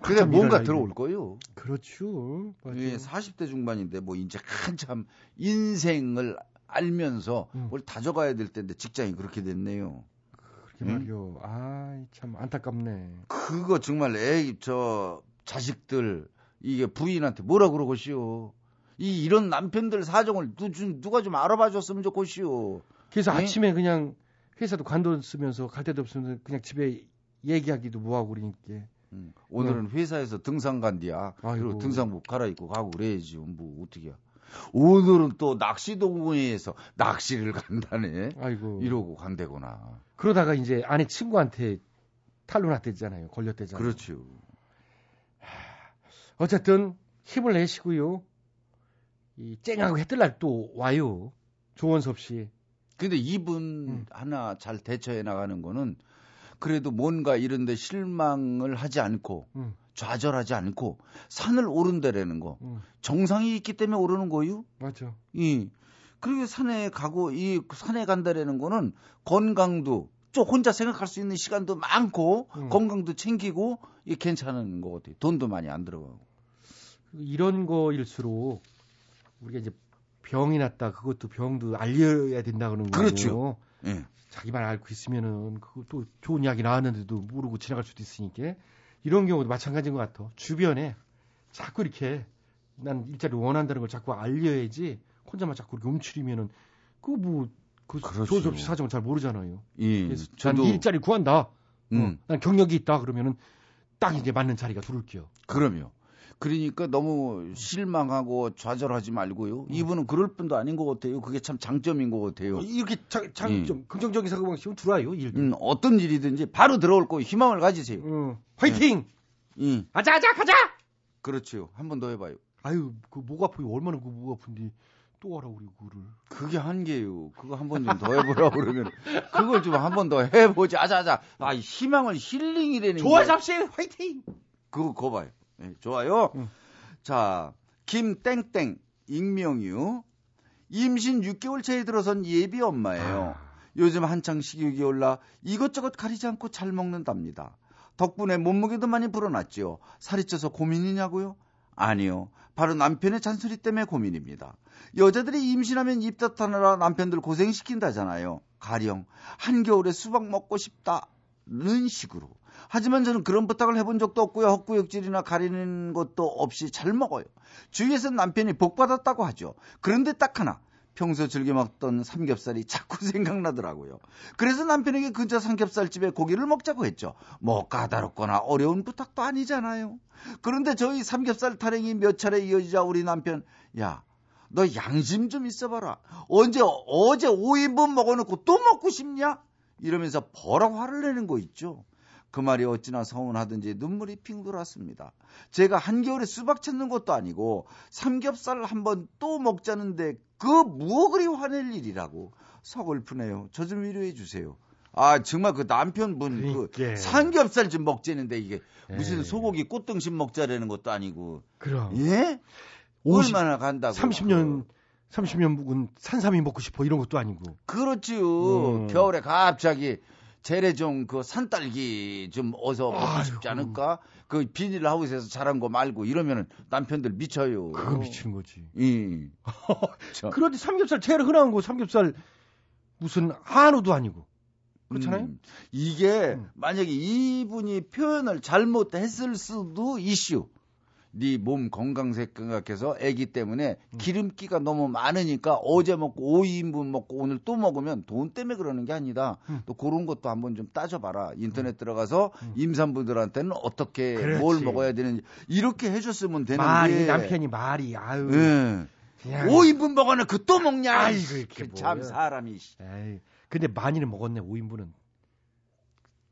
Speaker 19: 그게
Speaker 1: 한참
Speaker 19: 뭔가
Speaker 1: 일할
Speaker 19: 들어올
Speaker 1: 나이고.
Speaker 19: 거요.
Speaker 1: 그렇죠.
Speaker 19: 예, 40대 중반인데 뭐 이제 한참 인생을 알면서
Speaker 1: 음.
Speaker 19: 뭘 다져가야 될 때인데 직장이 그렇게 됐네요. 음,
Speaker 1: 그렇게 말이요. 아, 참 안타깝네.
Speaker 19: 그거 정말 애저 자식들 이게 부인한테 뭐라 그러고시오. 이 이런 남편들 사정을 누, 좀 누가 좀 알아봐 줬으면 좋겠시오.
Speaker 1: 그래서
Speaker 19: 예?
Speaker 1: 아침에 그냥 회사도 관뒀으면서 갈 데도 없으면서 그냥 집에 얘기하기도 뭐하고 그러니까.
Speaker 19: 오늘은 회사에서 등산 간디야. 그리고 등산복 갈아입고 가고 그래야지. 뭐 어떻게야. 오늘은 또 낚시 동호회에서 낚시를 간다네.
Speaker 1: 아이고. 네.
Speaker 19: 이러고 간대구나.
Speaker 1: 그러다가 이제 아내 친구한테 탈론났대잖아요. 걸렸대잖아요.
Speaker 19: 그렇죠.
Speaker 1: 어쨌든 힘을 내시고요. 이 쨍하고 해 뜰 날 또 와요. 조원섭 씨. 음.
Speaker 19: 근데 이분 하나 잘 대처해 나가는 거는 그래도 뭔가 이런데 실망을 하지 않고
Speaker 1: 음.
Speaker 19: 좌절하지 않고 산을 오른다라는 거 정상이 있기 때문에 오르는 거요.
Speaker 1: 음. 맞죠.
Speaker 19: 이 그리고 산에 가고 이 산에 간다라는 거는 건강도 좀 혼자 생각할 수 있는 시간도 많고
Speaker 1: 음.
Speaker 19: 건강도 챙기고 이 괜찮은 거 같아요. 돈도 많이 안 들어가고.
Speaker 1: 이런 거일수록 우리가 이제 병이 났다 그것도 병도 알려야 된다 그러는 거예요.
Speaker 19: 그렇죠. 예.
Speaker 1: 자기만 알고 있으면은 그것도 좋은 이야기 나왔는데도 모르고 지나갈 수도 있으니까 이런 경우도 마찬가지인 것 같아. 주변에 자꾸 이렇게 난 일자리 원한다는 걸 자꾸 알려야지 혼자만 자꾸 이렇게 움츠리면은 그뭐 그
Speaker 19: 그렇죠.
Speaker 1: 조수 없이 사정을 잘 모르잖아요.
Speaker 19: 예.
Speaker 1: 그래서 음.
Speaker 19: 저도
Speaker 1: 난 일자리 어. 구한다.
Speaker 19: 음.
Speaker 1: 난 경력이 있다 그러면은 딱 이제 맞는 자리가 들을게요.
Speaker 19: 그럼요. 그러니까 너무 실망하고 좌절하지
Speaker 1: 음.
Speaker 19: 말고요. 이분은 그럴 분도 아닌 것 같아요. 그게 참 장점인 것 같아요. 예.
Speaker 1: 이렇게 자, 장점, 긍정적인 사고 방식은 들어와요. 일.
Speaker 19: 음, 어떤 일이든지 바로 들어올 거 희망을 가지세요.
Speaker 1: 어, 화이팅!
Speaker 19: 음,
Speaker 1: 아자 아자 가자.
Speaker 19: 그렇죠. 한 번 더 해봐요.
Speaker 1: 아유 그 목 아프고 얼마나 그 목 아픈데 또 하라 그리고 그를.
Speaker 19: 그게 한계예요. 그거 한 번 좀 더 해보라 그러면 그걸 좀 한 번 더 해보지. 아자아자. 아, 이 희망을 힐링이라는
Speaker 17: 좋아
Speaker 19: 게
Speaker 17: 잡시 화이팅.
Speaker 19: 그거 거 봐요. 예, 좋아요. 자, 김땡땡 익명이요. 임신 6개월 차에 들어선 예비 엄마예요. 요즘 한창 식욕이 올라 이것저것 가리지 않고 잘 먹는답니다. 덕분에 몸무게도 많이 불어났지요. 살이 쪄서 고민이냐고요? 아니요. 바로 남편의 잔소리 때문에 고민입니다. 여자들이 임신하면 입덧하느라 남편들 고생시킨다잖아요. 가령 한겨울에 수박 먹고 싶다는 식으로. 하지만 저는 그런 부탁을 해본 적도 없고요. 헛구역질이나 가리는 것도 없이 잘 먹어요. 주위에서는 남편이 복받았다고 하죠. 그런데 딱 하나. 평소 즐겨 먹던 삼겹살이 자꾸 생각나더라고요. 그래서 남편에게 근처 삼겹살집에 고기를 먹자고 했죠. 뭐 까다롭거나 어려운 부탁도 아니잖아요. 그런데 저희 삼겹살 타령이 몇 차례 이어지자 우리 남편, 야, 너 양심 좀 있어봐라. 언제 어제 5인분 먹어놓고 또 먹고 싶냐? 이러면서 버럭 화를 내는 거 있죠. 그 말이 어찌나 서운하든지 눈물이 핑 돌았습니다. 제가 한겨울에 수박 찾는 것도 아니고 삼겹살 한번 또 먹자는데 그 무엇 그리 화낼 일이라고 서글프네요. 저 좀 위로해 주세요. 아 정말 그 남편분 그 삼겹살 좀 먹자는데 이게 무슨 소고기 꽃등심 먹자라는 것도 아니고
Speaker 1: 네. 그럼.
Speaker 19: 예? 얼마나 간다고
Speaker 1: 30년 30년 묵은 산삼이 먹고 싶어 이런 것도 아니고.
Speaker 19: 그렇지요.
Speaker 1: 음.
Speaker 19: 겨울에 갑자기 재래종 그 산딸기 좀 어서 먹고 싶지 않을까? 그 비닐 하우스에서 자란 거 말고 이러면은 남편들 미쳐요.
Speaker 1: 그거 미치는 거지.
Speaker 19: 예. 저-
Speaker 1: 그런데 삼겹살 제일 흔한 거 삼겹살 무슨 한우도 아니고. 그렇잖아요.
Speaker 19: 음, 이게 만약에 이분이 표현을 잘못했을 수도 이슈. 네 몸 건강 생각해서 아기 때문에
Speaker 1: 음.
Speaker 19: 기름기가 너무 많으니까 어제 먹고 5인분 먹고 오늘 또 먹으면 돈 때문에 그러는 게 아니다.
Speaker 1: 음.
Speaker 19: 또 그런 것도 한번 좀 따져봐라. 인터넷 들어가서 임산부들한테는 어떻게
Speaker 1: 그렇지.
Speaker 19: 뭘 먹어야 되는지 이렇게 해줬으면 되는데
Speaker 1: 말이 남편이 말이 아유.
Speaker 19: 예.
Speaker 1: 그냥.
Speaker 19: 5인분 먹어는 그 또 먹냐?
Speaker 1: 아이고, 이렇게
Speaker 19: 그참
Speaker 1: 뭐야.
Speaker 19: 사람이 씨.
Speaker 1: 에이, 근데 많이는 먹었네 5인분은.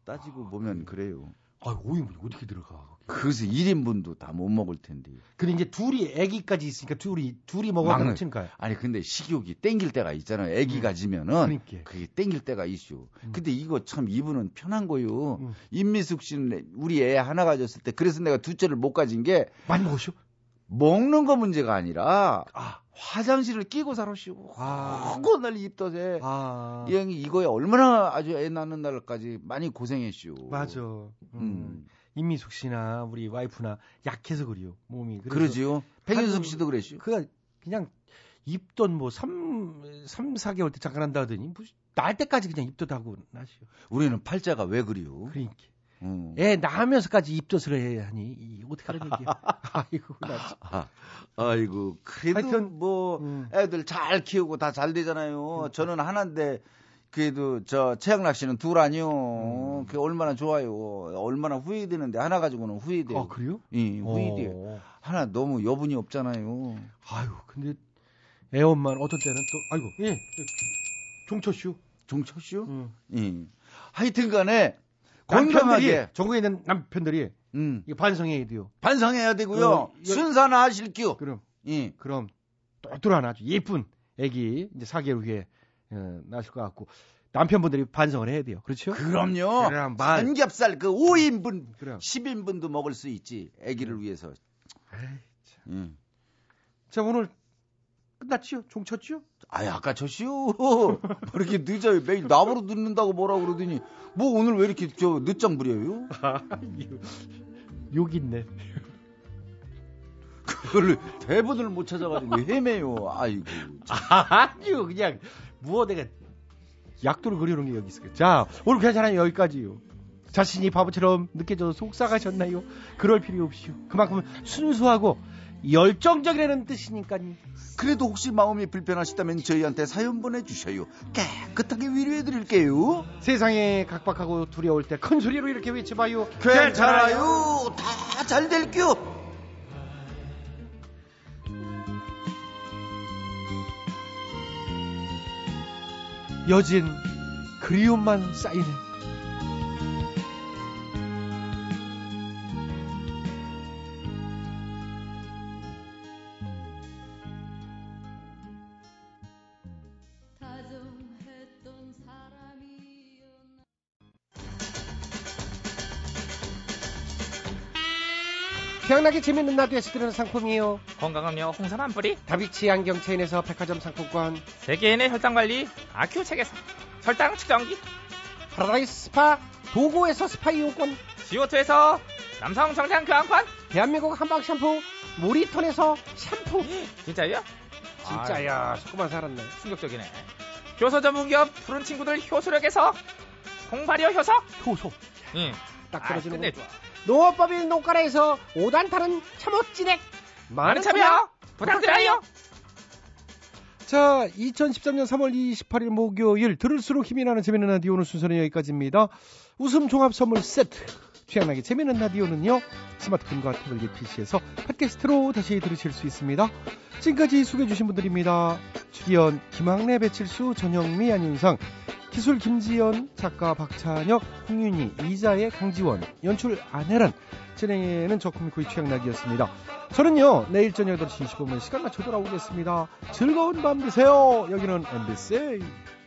Speaker 19: 따지고 보면 그래요.
Speaker 1: 아 5인분 어떻게 들어가?
Speaker 19: 그래서 1인분도 다 못 먹을 텐데.
Speaker 1: 근데 이제 둘이 아기까지 있으니까 둘이 둘이 먹어야
Speaker 19: 막내.
Speaker 1: 되는 거니까요. 음.
Speaker 19: 아니 근데 식욕이 땡길 때가 있잖아요. 애기 가지면은
Speaker 1: 그러니까.
Speaker 19: 그게 땡길 때가 있죠. 근데 이거 참 이분은 편한 거요.
Speaker 1: 음.
Speaker 19: 임미숙 씨는 우리 애 하나 가졌을 때 그래서 내가 둘째를 못 가진 게
Speaker 1: 많이 먹으시오?
Speaker 19: 먹는 거 문제가 아니라 화장실을 끼고 살았시오.
Speaker 1: 아.
Speaker 19: 그거 날 입덧에 이 형이 이거에 얼마나 아주 애 낳는 날까지 많이 고생했시오.
Speaker 1: 맞아. 음. 임미숙 씨나 우리 와이프나 약해서 그래요. 몸이. 그래서
Speaker 19: 그러지요. 백윤섭 씨도 그랬시오.
Speaker 1: 그 그냥 입던 뭐 3, 삼 4개월 때 잠깐 한다 하더니 뭐, 날 때까지 그냥 입덧 하고 나시오.
Speaker 19: 우리는 팔자가 왜 그리요?
Speaker 1: 그러니까.
Speaker 19: 음.
Speaker 1: 애 낳으면서까지 입덧을 해야 하니 이, 어떻게 하는 얘기야. 아이고 나 진짜.
Speaker 19: 아, 아이고 그래도 뭐
Speaker 1: 음.
Speaker 19: 애들 잘 키우고 다 잘 되잖아요. 저는 하나인데 그래도 저 최양락 씨는 둘 아니요.
Speaker 1: 음.
Speaker 19: 그게 얼마나 좋아요. 얼마나 후회되는데 하나 가지고는 후회돼요.
Speaker 1: 아, 그래요? 어.
Speaker 19: 예, 후회돼요. 하나 너무 여분이 없잖아요.
Speaker 1: 아유 근데 애 엄마는 어떨 때는 또 아이고 예. 종철쇼. 음.
Speaker 19: 종철쇼? 예. 하여튼간에 건강하게 음.
Speaker 1: 전국에 있는 남편들이 이거 반성해야 돼요. 어,
Speaker 19: 반성해야 되고요. 순산화 하실게요.
Speaker 1: 그럼.
Speaker 19: 예.
Speaker 1: 그럼 똘똘한 아주 예쁜 애기 이제 4개월 후에 어, 나실 것 같고 남편분들이 반성을 해야 돼요. 그렇죠?
Speaker 19: 그럼요.
Speaker 1: 그럼 말.
Speaker 19: 삼겹살 그 5인분,
Speaker 1: 그럼.
Speaker 19: 10인분도 먹을 수 있지. 아기를 위해서. 음.
Speaker 1: 네. 자 오늘 끝났지요? 종쳤지요?
Speaker 19: 아이 아까 저시오 뭐 이렇게 늦어요 매일 나보러 늦는다고 뭐라 그러더니 뭐 오늘 왜 이렇게 저 늦장 부려요?
Speaker 1: 욕 있네
Speaker 19: 그걸 대본을 못 찾아가지고 헤매요 아이고
Speaker 1: 아니요 그냥 무어 내가 약도를 그리는 게 여기 있어요. 자 오늘 괜찮아요 여기까지요. 자신이 바보처럼 느껴져서 속상하셨나요? 그럴 필요 없이요. 그만큼 순수하고 열정적이라는 뜻이니까요.
Speaker 19: 그래도 혹시 마음이 불편하시다면 저희한테 사연 보내주셔요 깨끗하게 위로해드릴게요
Speaker 1: 세상에 각박하고 두려울 때 큰 소리로 이렇게 외쳐봐요.
Speaker 19: 괜찮아요 다 잘 될게요
Speaker 1: 여진 그리움만 쌓이네. 태양나게 재밌는 라디오에서 드리는 상품이요.
Speaker 2: 건강음료 홍삼 한 뿌리
Speaker 1: 다비치 안경 체인에서 백화점 상품권.
Speaker 2: 세계인의 혈당관리 아큐 책에서 혈당 측정기
Speaker 1: 파라다이스 스파 도구에서 스파 이용권.
Speaker 2: 지오투에서 남성 정장 교환권
Speaker 1: 대한민국 한방 샴푸 모리톤에서 샴푸.
Speaker 2: 진짜요?
Speaker 1: 진짜야. 조금만 살았네.
Speaker 2: 충격적이네 효소 전문기업 푸른 친구들 효소력에서 콩발효 효소
Speaker 1: 효소 음.
Speaker 2: 응.
Speaker 1: 딱
Speaker 2: 떨어지는 아, 끝내줘
Speaker 1: 농업법인 농가라에서 5단타는 참옷진액.
Speaker 2: 많은 참여 부탁드려요
Speaker 1: 자, 2013년 3월 28일 목요일 들을수록 힘이 나는 재미있는 라디오 오늘 순서는 여기까지입니다. 웃음 종합 선물 세트. 취향나게 재미있는 라디오는요. 스마트폰과 태블릿 PC에서 팟캐스트로 다시 들으실 수 있습니다. 지금까지 소개해 주신 분들입니다. 출연 김학래, 배칠수, 전영미, 안윤상 기술 김지연, 작가 박찬혁, 홍윤희, 이자혜, 강지원, 연출 안혜란, 진행에는 저코미코의 취향락이었습니다. 저는요, 내일 저녁 8시 25분 시간 맞춰 돌아오겠습니다. 즐거운 밤 되세요. 여기는 MBC.